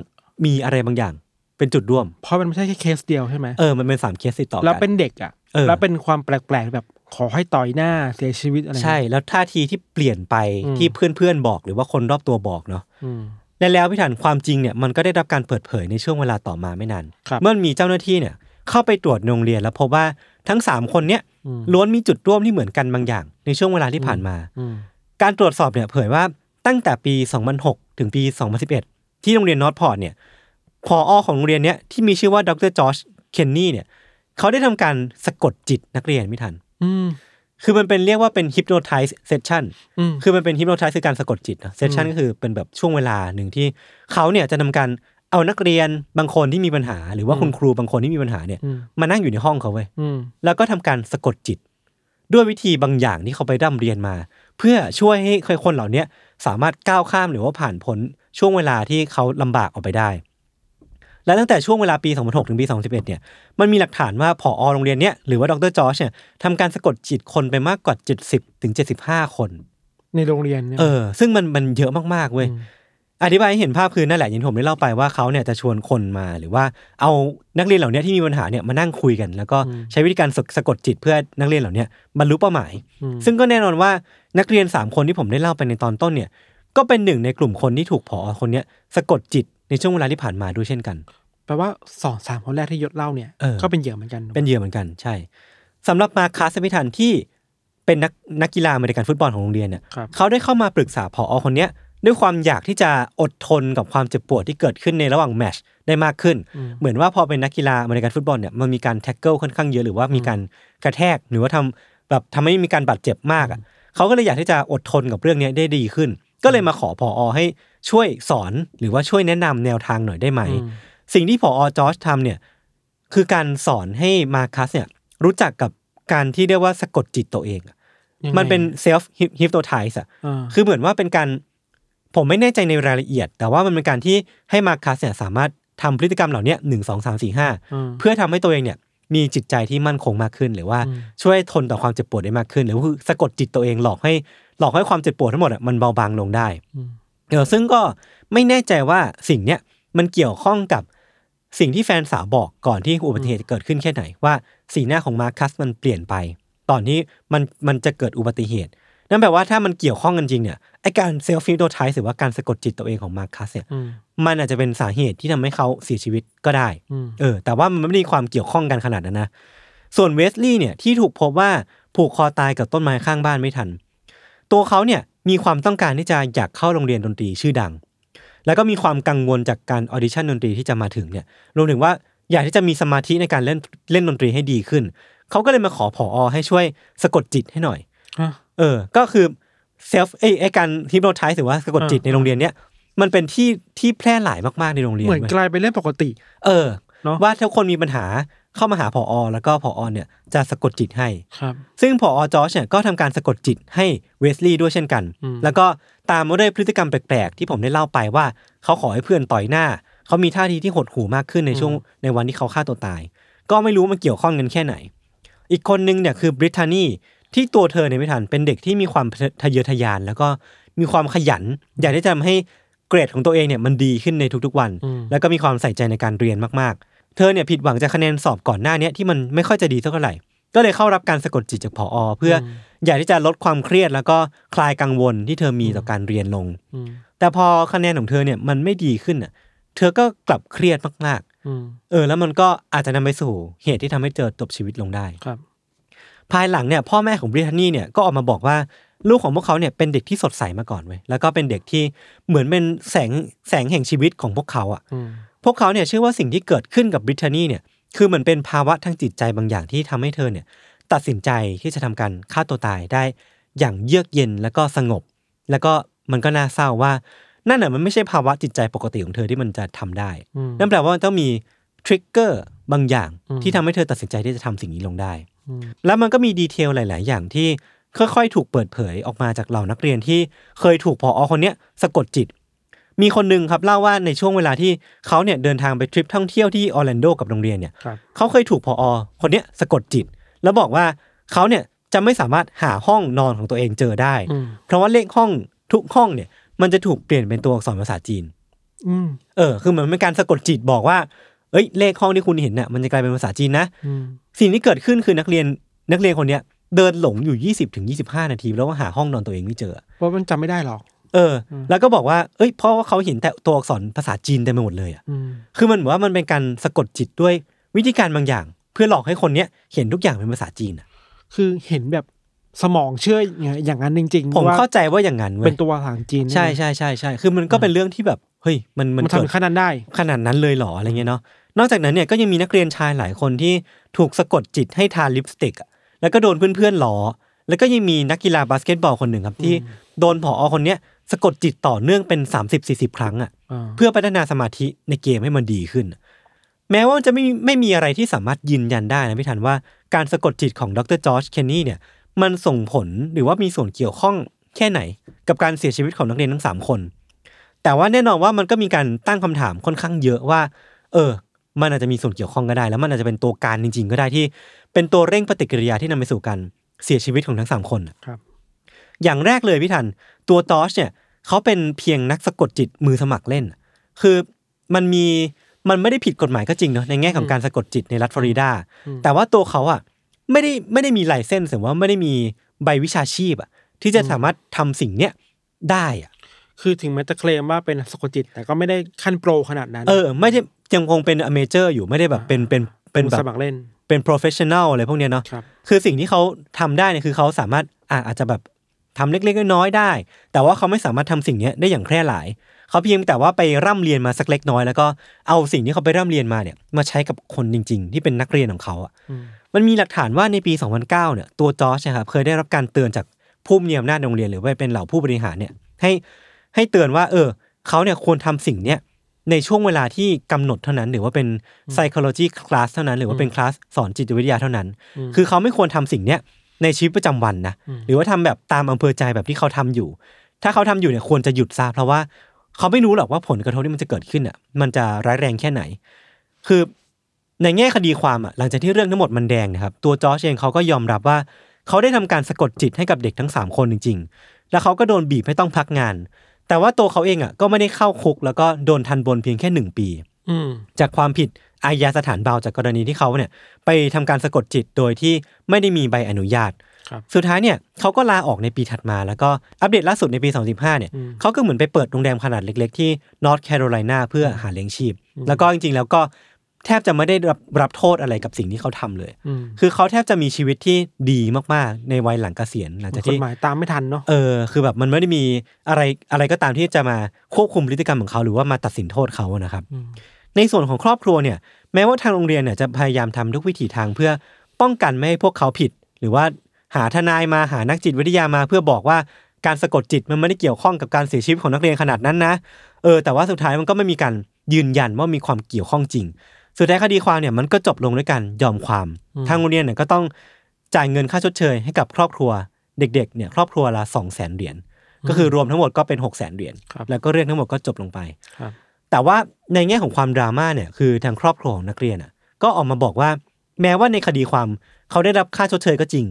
Speaker 1: มีอะไรบางอย่าง เป็นจุดร่วม
Speaker 2: เพราะมันไม่ใช่แค่เคสเดียวใช่ไหม
Speaker 1: เออมันเป็นสามเคสติดต่อกัน
Speaker 2: แล้วเป็นเด็กอ่ะ
Speaker 1: เออ
Speaker 2: แล้วเป็นความแปลกๆแบบ ขอให้ต่อยหน้าเสียชีวิตอะไร
Speaker 1: ใช่แล้วท่าทีที่เปลี่ยนไป
Speaker 2: อืม
Speaker 1: ที่เพื่อนๆบอกหรือว่าคนรอบตัวบอกเนาะ
Speaker 2: อืม
Speaker 1: และแล้วพิถันความจริงเนี่ยมันก็ได้รับการเปิดเผยในช่วงเวลาต่อมาไม่นาน
Speaker 2: ครับ
Speaker 1: เมื่อมีเจ้าหน้าที่เนี่ยเข้าไปตรวจโรงเรียนแล้วพบว่าทั้ง 3 คนเนี่ย
Speaker 2: อืม
Speaker 1: ล้วนมีจุดร่วมที่เหมือนกันบางอย่าง ในช่วงเวลาที่ผ่านมา
Speaker 2: อืม
Speaker 1: การตรวจสอบเนี่ยเผยว่าตั้งแต่ปี 2006 ถึงปี 2011 ที่โรงเรียนนอตพอร์ตเนี่ยพออของโรงเรียนเนี่ยที่มีชื่อว่าดรจอชเคนนี่เนี่ยเขาได้ทำการสะกดจิตนักเรียนไม่ทัน
Speaker 2: อืม
Speaker 1: คือมันเป็นเรียกว่าเป็นฮิปโนไทส์เซสชั่น
Speaker 2: อืม
Speaker 1: คือมันเป็นฮิปโนไทส์คือการสะกดจิตนะเซสชัน
Speaker 2: อืม
Speaker 1: ก็คือเป็นแบบช่วงเวลาหนึ่งที่เขาเนี่ยจะนำการเอานักเรียนบางคนที่มีปัญหา หรือว่าคุณครูบางคนที่มีปัญหาเนี่ย
Speaker 2: อืม
Speaker 1: มานั่งอยู่ในห้องเขาเว้ย
Speaker 2: อืม
Speaker 1: แล้วก็ทำการสะกดจิต ด้วยวิธีบางอย่างที่เขาไปร่ำเรียนมา เพื่อช่วยให้คนเหล่าเนี้ยสามารถก้าวข้ามหรือว่าผ่านพ้นช่วงเวลาที่เขาลำบากออกไปได้ และตั้งแต่ช่วงเวลาปี 2006 ถึงปี 2011 เนี่ย มันมีหลักฐานว่าผอโรงเรียนเนี้ยหรือว่าดรจอชเนี่ยทำการสะกดจิตคนไปมากกว่า 70ถึง75 คน
Speaker 2: ในโรงเรียนเนี่ย
Speaker 1: เออ ซึ่งมันมันเยอะมากๆเว้ย
Speaker 2: อืม
Speaker 1: อธิบายให้เห็นภาพคือนั่นแหละอย่างที่ผมได้เล่าไปว่าเขาเนี่ยจะชวนคนมาหรือว่าเอานักเรียนเหล่าเนี้ยที่มีปัญหาเนี่ยมานั่งคุยกัน แล้วก็ใช้วิธีการสะสะกดจิตเพื่อนักเรียนเหล่าเนี้ยบรรลุเป้าหมาย
Speaker 2: ม
Speaker 1: ซึ่งก็แน่นอนว่านักเรียน 3 คนที่ผมได้เล่าไปในตอนต้นเนี่ย ก็เป็นหนึ่งในกลุ่มคนที่ถูกผอคนเนี้ยสะกดจิตในช่วงเวลาที่ผ่านมาด้วยเช่นกัน
Speaker 2: แปลว่าสองสามคนแรกที่ยศเล่าเนี่ย
Speaker 1: เออ
Speaker 2: ก็เป็นเหยื่อเหมือนกัน
Speaker 1: เป็นเหยื่อเหมือนกันใช่สำหรับมาคาสมิทันที่เป็นนักนักกีฬาอเมริกันฟุตบอลของโรงเรียนเนี่ย
Speaker 2: ครับ
Speaker 1: เขาได้เข้ามาปรึกษาผออคนเนี้ยด้วยความอยากที่จะอดทนกับความเจ็บปวดที่เกิดขึ้นในระหว่างแมตชได้มากขึ้น
Speaker 2: อืม
Speaker 1: เหมือนว่าพอเป็นนักกีฬาอเมริกันฟุตบอลเนี่ยมันมีการแท็กเกิลค่อนข้างเยอะหรือว่ามีการกระแทกหรือว่าทำแบบทำให้มีการบาดเจ็บมากอ่ะเขาก็เลยอยากที่จะอดทนกับเรื่องเนี้ยได้ดีขึ้น ก็เลยมาขอผออให้ช่วยสอนหรือว่าช่วยแนะนำแนวทางหน่อยได้ไหม
Speaker 2: อืม
Speaker 1: สิ่งที่ผอจอชทำเนี่ยคือการสอนให้มาคัสเนี่ยรู้จักกับการที่เรียกว่าสะกดจิตตัวเองอะ
Speaker 2: ยังไง
Speaker 1: มันเป็นเซลฟ์ฮิปโตไทส์อะ
Speaker 2: เออ
Speaker 1: คือเหมือนว่าเป็นการผมไม่แน่ใจในรายละเอียด แต่ว่ามันเป็นการที่ให้มาร์คัสเนี่ยสามารถทำพฤติกรรมเหล่าเนี้หนึ่งสองสามสี่ห้า
Speaker 2: อืม
Speaker 1: เพื่อทำให้ตัวเองเนี่ยมีจิตใจที่มั่นคงมากขึ้น หรือว่า
Speaker 2: อืม
Speaker 1: ช่วยทนต่อความเจ็บปวดได้มากขึ้น หรือว่าคือสะกดจิตตัวเองหลอกให้หลอกให้ความเจ็บปวดทั้งหมดอะมันเบาบางลงได้
Speaker 2: ม
Speaker 1: เออซึ่งก็ไม่แน่ใจว่าสิ่งเนี้ยมันเกี่ยวข้องกับสิ่งที่แฟนสาวบอกก่อนที่อุบัติเหตุจะเกิดขึ้นแค่ไหนว่าสีหน้าของมาร์คัสมันเปลี่ยนไป ตอนที่มันมันจะเกิดอุบัติเหตุ นั่นแปลว่าถ้ามันเกี่ยวข้องกันจริงเนี่ยไอการเซลฟ์ฟิโดไทส์หรือว่าการสะกดจิตตัวเองของมาร์คัสเนี่ย
Speaker 2: อืม
Speaker 1: มันอาจจะเป็นสาเหตุที่ทำให้เขาเสียชีวิตก็ได้
Speaker 2: อืม
Speaker 1: เออ แต่ว่ามันไม่มีความเกี่ยวข้องกันขนาดนั้นนะ ส่วนเวสลีย์เนี่ยที่ถูกพบว่าผูกคอตายกับต้นไม้ข้างบ้านไม่ทัน ตัวเขาเนี่ยมีความต้องการที่จะอยากเข้าโรงเรียนดนตรีชื่อดัง แล้วก็มีความกังวลจากการออดิชั่นดนตรีที่จะมาถึงเนี่ยรวมถึงว่าอยากที่จะมีสมาธิในการเล่นเล่นดนตรีให้ดีขึ้น เขาก็เลยมาขอผอให้ช่วยสะกดจิตให้หน่อย
Speaker 2: ฮะ
Speaker 1: เออ ก็คือเซลฟ์ไอไอการฮิปโนไทส์หรือว่าสะกดจิต
Speaker 2: อ่า
Speaker 1: ในโรงเรียนเนี้ยมันเป็นที่ที่แพร่หลายมากๆในโรงเรียน
Speaker 2: เหมือน
Speaker 1: เว้ย
Speaker 2: กลายเป็นเรื่องปกติ
Speaker 1: เออ
Speaker 2: เนอะ
Speaker 1: ว่าถ้าคนมีปัญหาเข้ามาหาผอ แล้วก็ผอ เนี่ยจะสะกดจิตให้
Speaker 2: ครับ
Speaker 1: ซึ่งผอจอชเนี่ยก็ทำการสะกดจิตให้เวสลีย์ด้วยเช่นกัน
Speaker 2: อืม
Speaker 1: แล้วก็ตามมาด้วยพฤติกรรมแปลกๆ ที่ผมได้เล่าไปว่า เขาขอให้เพื่อนต่อยหน้า เขามีท่าทีที่หดหู่มากขึ้นในช่วงในวันที่เขาฆ่าตัวตาย ก็ไม่รู้มันเกี่ยวข้องกันแค่ไหน อีกคนนึงเนี่ยคือบริทานีที่ตัวเธอเนี่ยไม่ทันเป็นเด็กที่มีความทะเยอทะยาน แล้วก็มีความขยัน อยากที่จะทำให้เกรดของตัวเองเนี่ยมันดีขึ้นในทุกๆวัน
Speaker 2: อืม
Speaker 1: แล้วก็มีความใส่ใจในการเรียนมากๆ เธอเนี่ยผิดหวังจากคะแนนสอบก่อนหน้าเนี้ยที่มันไม่ค่อยจะดีเท่าไหร่ ก็เลยเข้ารับการสะกดจิตจากผอ เพื่อออยากที่จะลดความเครียดแล้วก็คลายกังวลที่เธอมีต่อการเรียนลง
Speaker 2: อืม
Speaker 1: แต่พอคะแนนของเธอเนี่ยมันไม่ดีขึ้นน่ะ เธอก็กลับเครียดมาก
Speaker 2: อืม
Speaker 1: ๆ เออ แล้วมันก็อาจจะนำไปสู่เหตุที่ทำให้เธอจบชีวิตลงได้
Speaker 2: ครับ
Speaker 1: ภายหลังเนี่ยพ่อแม่ของบริทานีเนี่ยก็ออกมาบอกว่าลูกของพวกเขาเนี่ยเป็นเด็กที่สดใสมาก่อนเว้ยแล้วก็เป็นเด็กที่เหมือนเป็นแสงแสงแห่งชีวิตของพวกเขาอ่ะ
Speaker 2: อืม
Speaker 1: พวกเขาเนี่ยเชื่อว่าสิ่งที่เกิดขึ้นกับบริทานีเนี่ยคือเหมือนเป็นภาวะทางจิตใจบางอย่างที่ทำให้เธอเนี่ยตัดสินใจที่จะทำการฆ่าตัวตายได้ อย่างเยือกเย็นแล้วก็สงบ แล้วก็มันก็น่าเศร้าว่านั่นน่ะมันไม่ใช่ภาวะจิตใจปกติของเธอที่มันจะทำได้
Speaker 2: อืม
Speaker 1: นั่นแปลว่ามันต้องมีทริกเกอร์บางอย่าง
Speaker 2: อืม
Speaker 1: ที่ทำให้เธอตัดสินใจที่จะทำสิ่งนี้ลงได้
Speaker 2: อืม
Speaker 1: แล้วมันก็มีดีเทลหลาย ๆ อย่างที่ค่อย ๆ ถูกเปิดเผยออกมาจากเหล่านักเรียนที่เคยถูกพออคนเนี้ยสะกดจิต มีคนหนึ่งครับเล่าว่าในช่วงเวลาที่เขาเนี่ยเดินทางไปทริปท่องเที่ยวที่ออร์แลนโดกับโรงเรียนเนี่ย
Speaker 2: ครับ
Speaker 1: เขาเคยถูกพออคนเนี้ยสะกดจิต แล้วบอกว่าเขาเนี่ยจะไม่สามารถหาห้องนอนของตัวเองเจอได้
Speaker 2: อืม
Speaker 1: เพราะว่าเลขห้องทุกห้องเนี่ยมันจะถูกเปลี่ยนเป็นตัวอักษรภาษาจีน
Speaker 2: อืม
Speaker 1: เออคือเหมือนเป็นการสะกดจิตบอกว่าเอ้ยเลขห้องที่คุณเห็นเนี่ยมันจะกลายเป็นภาษาจีนนะ
Speaker 2: อืม
Speaker 1: สิ่งที่เกิดขึ้นคือนักเรียนนักเรียนคนเนี้ย เดินหลงอยู่ 20-25ถึง25 นาที แล้วก็หาห้องนอนตัวเองไม่เจอ
Speaker 2: เพราะมันจำไม่ได้หรอก
Speaker 1: เอออ
Speaker 2: ม
Speaker 1: แล้วก็บอกว่า เอ้ย เพราะว่าเขาเห็นแต่ตัวอักษรภาษาจีนเต็มไปหมดเลยอะ
Speaker 2: อืม
Speaker 1: คือมันเหมือนว่ามันเป็นการสะกดจิตด้วยวิธีการบางอย่าง เพื่อหลอกให้คนเนี้ยเห็นทุกอย่างเป็นภาษาจีนอะ
Speaker 2: คือเห็นแบบสมองเชื่ออย่างนั้นจริงๆ
Speaker 1: ผม
Speaker 2: ว่
Speaker 1: เข้าใจว่าอย่างนั้นเว้
Speaker 2: เป็
Speaker 1: ย
Speaker 2: นตัวหางจีน
Speaker 1: ใช่ใช่ใช่ใช่คือมันก็เป็นเรื่องที่แบบ เฮ้ย มัน
Speaker 2: มั
Speaker 1: มันน
Speaker 2: ทำ
Speaker 1: เกิด
Speaker 2: ถึงขนาดนั้นได้
Speaker 1: ขนาดนั้นเลยเหรออะไรเงี้ยเนาะ นอกจากนั้นเนี่ยก็ยังมีนักเรียนชายหลายคนที่ถูกสะกดจิตให้ทาลิปสติกอะแล้วก็โดนเพื่อนๆล้อ แล้วก็ยังมีนักกีฬาบาสเกตบอลคนหนึ่งครับที่โดนผอคนเนี้ยสะกดจิตต่อเนื่องเป็น 30-40 ครั้งอะ
Speaker 2: อ่า
Speaker 1: เพื่อพัฒนาสมาธิในเกมให้มันดีขึ้น แม้ว่าจะไม่ไม่มีอะไรที่สามารถยืนยันได้นะพี่ทันว่าการสะกดจิตของดรจอร์จเคนนี่เนี่ยมันส่งผลหรือว่ามีส่วนเกี่ยวข้องแค่ไหน กับการเสียชีวิตของนักเรียนทั้งสามคน แต่ว่าแน่นอนว่ามันก็มีการตั้งคำถามค่อนข้างเยอะว่า เออ มันอาจจะมีส่วนเกี่ยวข้องก็ได้ แล้วมันอาจจะเป็นตัวการจริง ๆ ก็ได้ที่ เป็นตัวเร่งปฏิกิริยาที่นำไปสู่การเสียชีวิตของทั้งสามคนน่ะ
Speaker 2: ครับ
Speaker 1: อย่างแรกเลยพี่ทัน ตัวตอชเนี่ยเขาเป็นเพียงนักสะกดจิตมือสมัครเล่น คือมันมีมันไม่ได้ผิดกฎหมายก็จริงเนาะในแง่ของการสะกดจิตในรัฐฟลอริดา แต่ว่าตัวเขาอ่ะไม่ได้ไม่ได้มีไลเซนส์หรือว่าไม่ได้มีใบวิชาชีพอ่ะที่จะสามารถทำสิ่งเนี้ยได้อ่ะ
Speaker 2: คือถึงแม้จะเคลมว่าเป็นสะกดจิต แต่ก็ไม่ได้ขั้นโปรขนาดนั้น
Speaker 1: เออไม่ได้ยังคงเป็นเมเจอร์อยู่ไม่ได้แบบเป็นเป็นเป็น
Speaker 2: มือ
Speaker 1: แบ
Speaker 2: ส
Speaker 1: บ
Speaker 2: มัครเล่น
Speaker 1: เป็น professional อะไรพวกเนี้ยเนาะ
Speaker 2: ครับ
Speaker 1: คือสิ่งที่เขาทำได้เนี่ยคือเขาสามารถอ่ะอาจจะแบบทำเล็กๆน้อยๆได้ แต่ว่าเขาไม่สามารถทำสิ่งเนี้ยได้อย่างแพร่หลาย เขาเพียงแต่ว่าไปร่ำเรียนมาสักเล็กน้อยแล้วก็เอาสิ่งที่เขาไปร่ำเรียนมาเนี่ยมาใช้กับคนจริง ๆ ที่เป็นนักเรียนของเขาอ่ะ
Speaker 2: อืม
Speaker 1: มันมีหลักฐานว่าในปี 2009เนี่ยตัวจอชนะครับเคยได้รับการเตือนจากผู้มีอำนาจในโรงเรียนหรือว่าเป็นเหล่าผู้บริหารเนี่ยให้ให้เตือนว่า เออเขาเนี่ยควรทำสิ่งเนี้ย ในช่วงเวลาที่กำหนดเท่านั้น หรือว่าเป็น psychology class เท่านั้น หรือว่าเป็นคลาสสอนจิตวิทยาเท่านั้น คือเขาไม่ควรทำสิ่งเนี้ยในชีวิตประจำวันนะ หรือว่าทำแบบตามอำเภอใจแบบที่เขาทำอยู่ ถ้าเขาทำอยู่เนี่ยควรจะหยุดซะเพราะว่าเขาไม่รู้หรอกว่าผลกระทบที่มันจะเกิดขึ้นอ่ะ มันจะร้ายแรงแค่ไหน คือในแง่คดีความอ่ะหลังจากที่เรื่องทั้งหมดมันแดงนะครับ ตัวจอร์จเองเขาก็ยอมรับว่า เขาได้ทำการสะกดจิตให้กับเด็กทั้งสามคนจริง ๆ แล้วเขาก็โดนบีบให้ต้องพักงาน แต่ว่าตัวเขาเองอ่ะก็ไม่ได้เข้าคุก แล้วก็โดนทันบนเพียงแค่หนึ่งปี
Speaker 2: อืม
Speaker 1: จากความผิดอาญาสถานเบาจากกรณีที่เขาเนี่ยไปทำการสะกดจิตโดยที่ไม่ได้มีใบอนุญาต
Speaker 2: ครับ
Speaker 1: สุดท้ายเนี่ยเขาก็ลาออกในปีถัดมาแล้วก็อัปเดตล่าสุดในปี 2015เนี่ย
Speaker 2: อืม
Speaker 1: เขาก็เหมือนไปเปิดโรงแรมขนาดเล็ก ๆ ที่นอร์ทแคโรไลนาเพื่อหาเลี้ยงชีพ แล้วก็จริงๆ แล้วก็แทบจะไม่ได้รับรับโทษอะไรกับสิ่งที่เขาทำเลย
Speaker 2: อืม
Speaker 1: คือเขาแทบจะมีชีวิตที่ดีมากๆ ในวัยหลังเกษียณหลังจาก
Speaker 2: กฎ
Speaker 1: ที่
Speaker 2: หมายตามไม่ทันเนาะ
Speaker 1: เออคือแบบมันไม่ได้มีอะไรอะไรก็ตามที่จะมาควบคุมพฤติกรรมของเขาหรือว่ามาตัดสินโทษเขาอะนะครับ ในส่วนของครอบครัวเนี่ย แม้ว่าทางโรงเรียนเนี่ยจะพยายามทำทุกวิถีทางเพื่อป้องกันไม่ให้พวกเขาผิด หรือว่าหาทนายมาหานักจิตวิทยามา เพื่อบอกว่าการสะกดจิตมันไม่ได้เกี่ยวข้องกับการเสียชีวิตของนักเรียนขนาดนั้นนะเออแต่ว่าสุดท้ายมันก็ไม่มีการยืนยันว่ามีความเกี่ยวข้องจริง สุดท้ายคดีความเนี่ยมันก็จบลงด้วยการยอมความ ทางโรงเรียนเนี่ยก็ต้องจ่ายเงินค่าชดเชยให้กับครอบครัวเด็กๆเนี่ยครอบครัวละสองแสนเหรียญก็คือรวมทั้งหมดก็เป็นหกแสนเหรียญ
Speaker 2: ครับ
Speaker 1: แล้วก็เรื่องทั้งหมดก็จบลงไป
Speaker 2: ครับ
Speaker 1: แต่ว่าในแง่ของความดราม่าเนี่ยคือทางครอบครัวของนักเรียนอ่ะก็ออกมาบอกว่า แม้ว่าในคดีความเขาได้รับค่าชดเชยก็จริง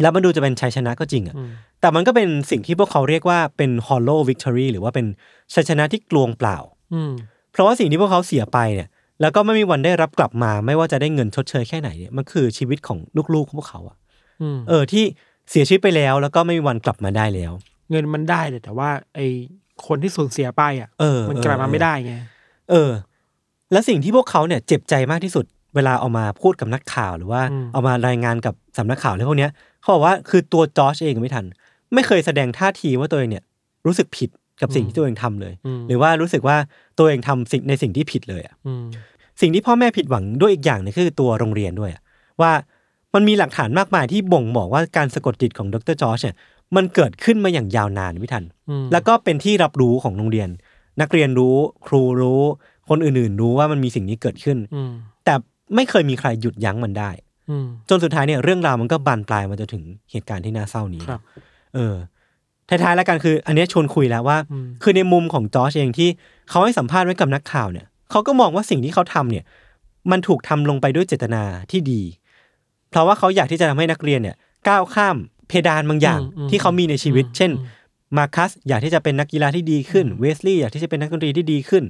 Speaker 1: แล้วมันดูจะเป็นชัยชนะก็จริงอ่ะ
Speaker 2: อืม
Speaker 1: แต่มันก็เป็นสิ่งที่พวกเขาเรียกว่าเป็น hollow victory หรือว่าเป็นชัยชนะที่กลวงเปล่า
Speaker 2: อืม
Speaker 1: เพราะว่าสิ่งที่พวกเขาเสียไปเนี่ย แล้วก็ไม่มีวันได้รับกลับมา ไม่ว่าจะได้เงินชดเชยแค่ไหนเนี่ยมันคือชีวิตของลูกๆของพวกเขาอ่ะ
Speaker 2: อืม
Speaker 1: เออที่เสียชีวิตไปแล้ว แล้วก็ไม่มีวันกลับมาได้แล้ว
Speaker 2: เงินมันได้เลยแต่ว่า ไอคนที่สูญเสียไปอ่ะ
Speaker 1: เออ
Speaker 2: มันกลับมา
Speaker 1: เออ
Speaker 2: ไม่ได้ไง
Speaker 1: เออ และสิ่งที่พวกเขาเนี่ยเจ็บใจมากที่สุด เวลาเอามาพูดกับนักข่าวหรือว่าเอามารายงานกับสำนักข่าวอะไรพวกเนี้ยเขาบอกว่าคือตัวจอชเองไม่ทัน ไม่เคยแสดงท่าทีว่าตัวเองเนี่ย รู้สึกผิดกับสิ่งที่ตัวเองทำเลย หรือว่ารู้สึกว่าตัวเองทำสิ่งในสิ่งที่ผิดเลยอะ
Speaker 2: อืม
Speaker 1: สิ่งที่พ่อแม่ผิดหวังด้วยอีกอย่างหนึงคือตัวโรงเรียนด้วยอะว่ามันมีหลักฐานมากมายที่บ่งบอกว่าการสะกดจิตของดรจอชเนี่ยมันเกิดขึ้นมาอย่างยาวนานพี่ทัน
Speaker 2: อืม
Speaker 1: แล้วก็เป็นที่รับรู้ของโรงเรียน นักเรียนรู้ครูรู้ คนอื่นๆ รู้ว่ามันมีสิ่งนี้เกิดขึ้น
Speaker 2: อืม
Speaker 1: แต่ไม่เคยมีใครหยุดยั้งมันได้
Speaker 2: อืม
Speaker 1: จนสุดท้ายเนี่ยเรื่องราวมันก็บานปลายมาจนถึงเหตุการณ์ที่น่าเศร้านี้
Speaker 2: ครับ
Speaker 1: เออท้ายๆแล้วกันคือ อันเนี้ยชวนคุยแล้วว่า คือในมุมของจอชเองที่เขาให้สัมภาษณ์ไว้กับนักข่าวเนี่ยเขาก็มองว่าสิ่งที่เขาทำเนี่ย มันถูกทำลงไปด้วยเจตนาที่ดี เพราะว่าเขาอยากที่จะทำให้นักเรียนเนี่ย ก้าวข้ามเพดานบางอย่าง
Speaker 2: อืมอืม
Speaker 1: ที่เขามีในชีวิต
Speaker 2: อืม
Speaker 1: เช่น มาคัสอยากที่จะเป็นนักกีฬาที่ดีขึ้น เวสลีย์อยากที่จะเป็นนักดนตรีที่ดีขึ้น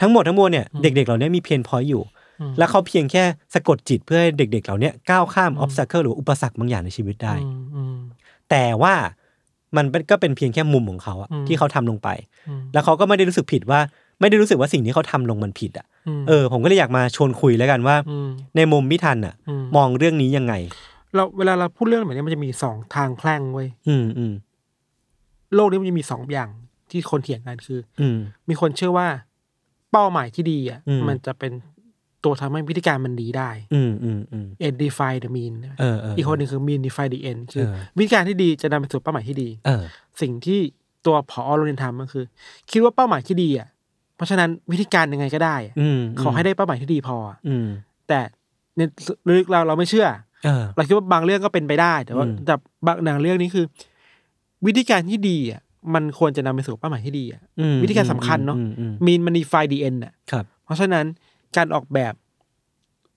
Speaker 1: ทั้งหมดทั้งมวลเนี่ยเด็กๆเหล่านี้มีเพนพอยอยู่
Speaker 2: อืม
Speaker 1: แล้วเขาเพียงแค่สะกดจิตเพื่อให้เด็ก ๆ เหล่าเนี้ยก้าวข้ามออบสต c เคิลหรืออุปสรรคบางอย่างในชีวิตได้
Speaker 2: อืมอืม
Speaker 1: แต่ว่ามันเป็นก็เป็นเพียงแค่มุมของเขาอะ
Speaker 2: อืม
Speaker 1: ที่เขาทำลงไป
Speaker 2: อืม
Speaker 1: แล้วเขาก็ไม่ได้รู้สึกผิดว่าไม่ได้รู้สึกว่าสิ่งที่เขาทำลงมันผิดอะ
Speaker 2: ม
Speaker 1: เออผมก็เลยอยากมาชวนคุยแล้วกันว่า
Speaker 2: ม
Speaker 1: ในมุมพี่ทันอะ
Speaker 2: อืม
Speaker 1: มองเรื่องนี้ยังไง
Speaker 2: เราเวลาเราพูดเรื่องแบบนี้มันจะมีสองทางแคร่งเว้ย
Speaker 1: อืมอืม
Speaker 2: โลกนี้มันจะมีสองอย่างที่คนเถียงกันคือ
Speaker 1: อืม
Speaker 2: มีคนเชื่อว่าเป้าหมายที่ดีอ่ะ
Speaker 1: อืม
Speaker 2: มันจะเป็นตัวทำให้พฤติการมันดีได้
Speaker 1: อืมอืมอืม
Speaker 2: end define the mean ใช่ไหม
Speaker 1: เออเอออี
Speaker 2: อีกคนหนึ่งคือ mean define the end คือ
Speaker 1: เออ
Speaker 2: วิธีการที่ดีจะนำไปสู่เป้าหมายที่ดี
Speaker 1: เออ
Speaker 2: สิ่งที่ตัวผอโรงเรียนทำก็คือ คิดว่าเป้าหมายที่ดีอ่ะเพราะฉะนั้นวิธีการยังไงก็ได้อะ
Speaker 1: อืม
Speaker 2: ขอให้ได้เป้าหมายที่ดีพออะ
Speaker 1: อืม
Speaker 2: แต่ในลึกๆเราเราไม่เชื่อ
Speaker 1: เออ
Speaker 2: เราคิดว่าบางเรื่องก็เป็นไปได้ แต่ว่า
Speaker 1: อืม
Speaker 2: แต่บางหนังเรื่องนี้คือ วิธีการที่ดีอ่ะมันควรจะนำไปสู่เป้าหมายที่ดีอ่ะ
Speaker 1: อืม
Speaker 2: วิธีการสำคัญเนอะ
Speaker 1: อืมอืมอืม
Speaker 2: มีนมันดีไฟดีเอ็นอ่ะ
Speaker 1: ครับ
Speaker 2: เพราะฉะนั้นการออกแบบ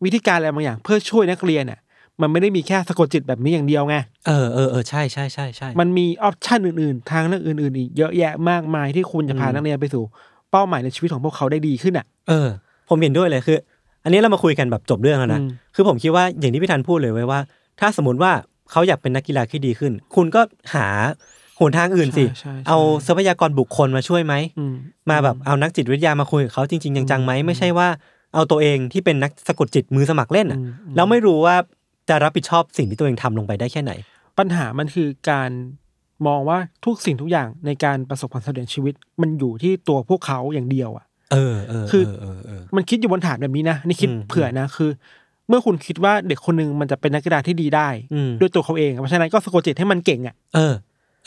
Speaker 2: วิธีการอะไรบางอย่าง เพื่อช่วยนักเรียนอ่ะ มันไม่ได้มีแค่สะกดจิตแบบนี้อย่างเดียวไง
Speaker 1: เออเออเออใช่ใช่ใช่ใช่
Speaker 2: มันมีออปชันอื่นๆ ทางเลือกอื่นๆ อีกเยอะแยะมากมายที่คุณจะพา
Speaker 1: อืม
Speaker 2: นักเรียนไปสู่เป้าหมายในชีวิตของพวกเขาได้ดีขึ้นอ่ะ
Speaker 1: เออ ผมเห็นด้วยเลยคือ อันนี้เรามาคุยกันแบบจบเรื่องแล้วนะ
Speaker 2: อืม
Speaker 1: คือผมคิดว่าอย่างที่พี่ธันพูดเลยไว้ว่า ถ้าสมมติว่าเขาอยากเป็นนักกีฬาที่ดีขึ้น คุณก็หาหนทางอื่นสิ
Speaker 2: ใช่ใช่
Speaker 1: เอาทรัพยากรบุคคลมาช่วยไหม
Speaker 2: อืม
Speaker 1: มาแบบเอานักจิตวิทยามาคุยกับเขาจริง ๆ จังๆไหมไม่ใช่ว่าเอาตัวเองที่เป็นนักสะกดจิตมือสมัครเล่นอะ
Speaker 2: อืมอืม
Speaker 1: แล้วไม่รู้ว่าจะรับผิดชอบสิ่งที่ตัวเองทำลงไปได้แค่ไหน
Speaker 2: ปัญหามันคือการมองว่าทุกสิ่งทุกอย่างในการประสบความสำเร็จในชีวิต มันอยู่ที่ตัวพวกเขาอย่างเดียวอ่ะ
Speaker 1: เออเออ
Speaker 2: คือ
Speaker 1: เออเออ
Speaker 2: มันคิดอยู่บนฐานแบบนี้นะนี่คิด
Speaker 1: อืม
Speaker 2: เผื่อนะคือ เมื่อคุณคิดว่าเด็กคนหนึ่งมันจะเป็นนักกีฬาที่ดีได้
Speaker 1: อืม
Speaker 2: ด้วยตัวเขาเองเพราะฉะนั้นก็สะกดจิตให้มันเก่งอ่ะ
Speaker 1: เออ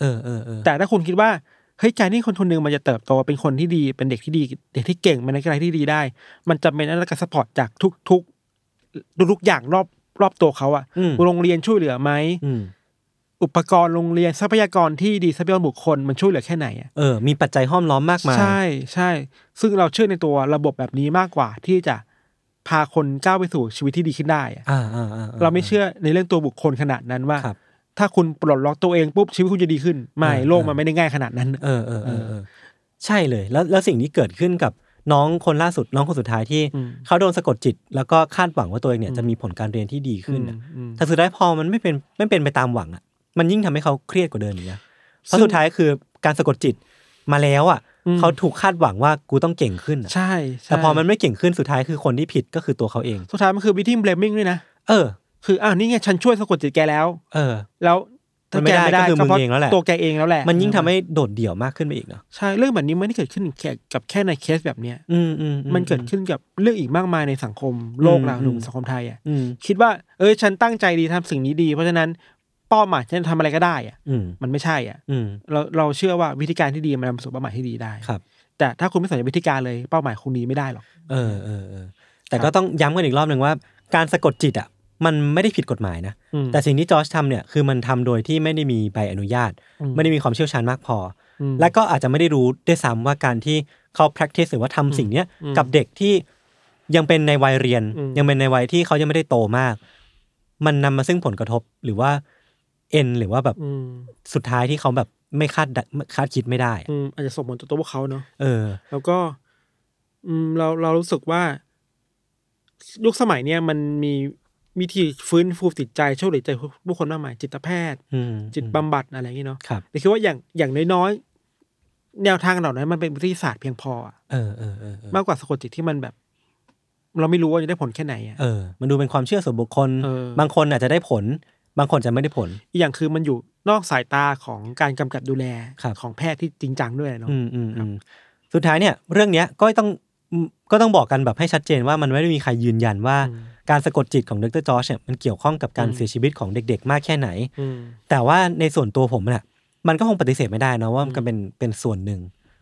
Speaker 1: เออเออเออ
Speaker 2: แต่ถ้าคุณคิดว่าเฮ้ยการที่คนคนหนึ่งมันจะเติบโตเป็นคนที่ดีเป็นเด็กที่ดี เด็กที่เก่งเป็นนักกีฬาที่ดีได้ มันจำเป็นต้องได้การสปอร์ตจากทุกๆทุกๆอย่างรอบรอบตัวเขาอะ
Speaker 1: อืม
Speaker 2: โรงเรียนช่วยเหลือไหม
Speaker 1: อืม
Speaker 2: อุปกรณ์โรงเรียนทรัพยากรที่ดีทรัพยากรบุคคลมันช่วยเหลือแค่ไหนอะ
Speaker 1: เออ มีปัจจัยห้อมล้อมมากมาย
Speaker 2: ใช่ใช่ ซึ่งเราเชื่อในตัวระบบแบบนี้มากกว่าที่จะพาคนก้าวไปสู่ชีวิตที่ดีขึ้นได้อะ
Speaker 1: อ่าอ่าอ่า
Speaker 2: เราไม่เชื่อในเรื่องตัวบุคคลขนาดนั้นว่า
Speaker 1: ครับ
Speaker 2: ถ้าคุณปลดล็อกตัวเองปุ๊บชีวิตคุณจะดีขึ้นไม่
Speaker 1: เออ
Speaker 2: โลก
Speaker 1: เออ
Speaker 2: มันไม่ได้ง่ายขนาดนั้น
Speaker 1: เออเออเออเออใช่เลย แล้วแล้วสิ่งที่เกิดขึ้นกับน้องคนล่าสุดน้องคนสุดท้ายที่
Speaker 2: อืม
Speaker 1: เขาโดนสะกดจิต แล้วก็คาดหวังว่าตัวเองเนี่ย
Speaker 2: อืม
Speaker 1: จะมีผลการเรียนที่ดีขึ้นอะ
Speaker 2: อืม
Speaker 1: แต่สุดท้ายพอมันไม่เป็นไม่เป็นไปตามหวังอ่ะมันยิ่งทำให้เขาเครียดกว่าเดิมอีกนะเพราะสุดท้ายคือการสะกดจิตมาแล้วอ่ะ
Speaker 2: อืม
Speaker 1: เขาถูกคาดหวังว่ากูต้องเก่งขึ้นอะ
Speaker 2: ใช่ใช่
Speaker 1: แต่พอมันไม่เก่งขึ้นสุดท้ายคือคนที่ผิดก็คือตัวเขาเอง
Speaker 2: สุดท้ายมันคือวิธีมเบลมิ่งด้วยนะ
Speaker 1: เออ
Speaker 2: คืออ้าวนี่ไงฉันช่วยสะกดจิตแกแล้ว
Speaker 1: เออ
Speaker 2: แล้ว
Speaker 1: มันไม่ได้ก็คือมึงเองแล้วแหละ
Speaker 2: ตัวแกเองแล้วแหละ
Speaker 1: มันยิ่งทำให้โดดเดี่ยวมากขึ้นไปอีกเนาะ
Speaker 2: ใช่เรื่องแบบนี้มันไม่ได้เกิดขึ้นแค่กับแค่ในเคสแบบเนี้ย
Speaker 1: อืมอืมอื
Speaker 2: มันเกิดขึ้นกับเรื่องอีกมากมายในสังคมโลกเรา
Speaker 1: อืม
Speaker 2: หรือสังคมไทยอ่ะ
Speaker 1: อืม
Speaker 2: คิดว่าเอ้ยฉันตั้งใจดีทำสิ่งนี้ดี เพราะฉะนั้นเป้าหมายฉันทำอะไรก็ได้อ่ะ
Speaker 1: อืม
Speaker 2: มันไม่ใช่อ่ะ
Speaker 1: อืม
Speaker 2: เราเราเชื่อว่าวิธีการที่ดีมันนำไปสู่เป้าหมายที่ดีได้
Speaker 1: ครับ
Speaker 2: แต่ถ้าคุณไม่สนใจวิธีการเลยเป้าหมายคุณดีไม่ได้หรอก
Speaker 1: เออเออเออแต่ก็ต้องย้ำกันอีกรอบหนึ่งว่า การสะกดจิตอ่ะมันไม่ได้ผิดกฎหมายนะ
Speaker 2: อืม
Speaker 1: แต่สิ่งที่จอร์จทำเนี่ยคือมันทำโดยที่ไม่ได้มีใบอนุญาต
Speaker 2: อืม
Speaker 1: ไม่ได้มีความเชี่ยวชาญมากพอ
Speaker 2: อื
Speaker 1: อ
Speaker 2: ม
Speaker 1: และก็อาจจะไม่ได้รู้ด้วยซ้ำว่าการที่เขา practice หรือว่าทำสิ่งเนี้ย
Speaker 2: อืม
Speaker 1: กับเด็กที่ยังเป็นในวัยเรียน
Speaker 2: อืม
Speaker 1: ยังเป็นในวัยที่เขายังไม่ได้โตมาก มันนำมาซึ่งผลกระทบหรือว่าเอ็นหรือว่าแบบ
Speaker 2: อืม
Speaker 1: สุดท้ายที่เขาแบบไม่คาดดะคาดคิดไม่ได้อะ
Speaker 2: อืมอาจจะส่งผลต่อตัวพวกเขาเนาะ
Speaker 1: เออ
Speaker 2: แล้วก็อืมเราเรารู้สึกว่า ยุคสมัยเนี่ยมันมีวิธีฟื้นฟูจิตใจช่วยเหลือใจผู้คนมากมายจิตแพทย์
Speaker 1: อืม
Speaker 2: จิตบำบัดอะไรอย่างนี้เนาะ
Speaker 1: ครับ
Speaker 2: แต่คิดว่าอย่างอย่างน้อยๆแนวทางเหล่านั้นมันเป็นวิทยาศาสตร์เพียงพออะ
Speaker 1: เออเออเออเออ
Speaker 2: มากกว่าสะกดจิตที่มันแบบ เราไม่รู้ว่าจะได้ผลแค่ไหนอะ
Speaker 1: เออ มันดูเป็นความเชื่อส่วนบุคคล
Speaker 2: เออ
Speaker 1: บางคนอาจจะได้ผล บางคนจะไม่ได้ผล
Speaker 2: อีกอย่างคือมันอยู่นอกสายตาของการกำกับดูแล
Speaker 1: ครับ
Speaker 2: ของแพทย์ที่จริงจังด้วยเนาะ
Speaker 1: อืมอืม
Speaker 2: ครั
Speaker 1: อื
Speaker 2: บ
Speaker 1: มสุดท้ายเนี่ย เรื่องเนี้ยก็ต้องก็ต้องบอกกันแบบให้ชัดเจนว่ามันไม่ได้มีใครยืนยันว่า
Speaker 2: อืม
Speaker 1: การสะกดจิตของดรจอชเนี่ยมันเกี่ยวข้องกับการ
Speaker 2: อืม
Speaker 1: เสียชีวิตของเด็กๆ มากแค่ไหน
Speaker 2: อืม
Speaker 1: แต่ว่าในส่วนตัวผมน่ะมันก็คงปฏิเสธไม่ได้นะว่ามัน
Speaker 2: อืม
Speaker 1: ก็เป็นเป็นส่วนหนึ่ง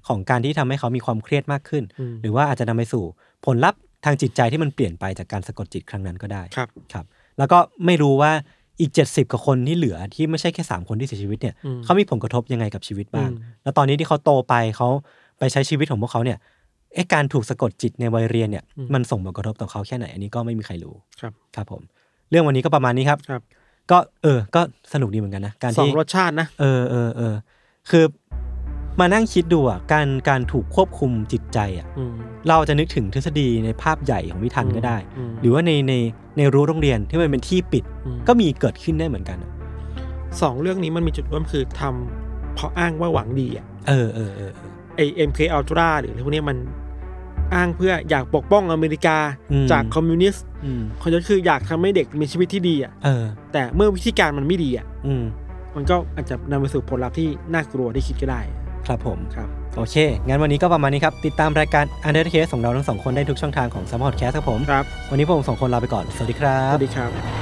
Speaker 1: ของการที่ทำให้เขามีความเครียดมากขึ้น
Speaker 2: อืม
Speaker 1: หรือว่าอาจจะนำไปสู่ผลลัพธ์ทางจิตใจที่มันเปลี่ยนไปจากการสะกดจิตครั้งนั้นก็ได้
Speaker 2: ครับ
Speaker 1: ครับแล้วก็ไม่รู้ว่าอีก 70กว่าคนที่เหลือที่ไม่ใช่แค่ 3 คนที่เสียชีวิตเนี่ย
Speaker 2: อืม
Speaker 1: เขามีผลกระทบยังไงกับชีวิตบ้าง
Speaker 2: อืม
Speaker 1: แล้วตอนนี้ที่เขาโตไปเขาไปใช้ชีวิตของพวกเขาเนี่ยไอ้การถูกสะกดจิตในวัยเรียนเนี่ยมันส่งผลกระทบต่อเขาแค่ไหนอันนี้ก็ไม่มีใครรู้
Speaker 2: ครับ
Speaker 1: ครับผม เรื่องวันนี้ก็ประมาณนี้ครับ
Speaker 2: ครับ
Speaker 1: ก็เออก็สนุกดีเหมือนกันนะการ
Speaker 2: สอง
Speaker 1: ที่
Speaker 2: รสชาตินะ
Speaker 1: เออเออเออคือ มานั่งคิดดูอ่ะการการถูกควบคุมจิตใจอ่ะ
Speaker 2: อืม
Speaker 1: เราจะนึกถึงทฤษฎีในภาพใหญ่ของวิทันก็ได้
Speaker 2: ม
Speaker 1: หรือว่าในในในรั้วโรงเรียนที่มันเป็นที่ปิด
Speaker 2: ม
Speaker 1: ก็มีเกิดขึ้นได้เหมือนกันอะ
Speaker 2: สองเรื่องนี้มันมีจุดร่วมคือทำเพราะอ้างว่าหวังดีอ่ะ
Speaker 1: เออเออเออเออ
Speaker 2: ไอเอ็มเคอัลตราหรืออะไรพวกเนี้ยมันอ้างเพื่ออยากปกป้องอเมริกา
Speaker 1: อืม
Speaker 2: จากคอมมิวนิสต์
Speaker 1: อืม
Speaker 2: คนนั้นคืออยากทำให้เด็กมีชีวิตที่ดีอ่ะ
Speaker 1: เออ
Speaker 2: แต่เมื่อวิธีการมันไม่ดีอ่ะ
Speaker 1: อืม
Speaker 2: มันก็อาจจะนำไปสู่ผลลัพธ์ที่น่ากลัวที่คิดก็ได้
Speaker 1: ครับผม
Speaker 2: ครับ
Speaker 1: โอเค งั้นวันนี้ก็ประมาณนี้ครับ ติดตามรายการ u n d e r t a s e ของเราทั้งสองคนได้ทุกช่องทางของ s ม m ร์ c แคสครับผม
Speaker 2: ครับ
Speaker 1: วันนี้พวกผมสองคนลาไปก่อน สวัสดีครั
Speaker 2: สวั
Speaker 1: บ
Speaker 2: สดีครับ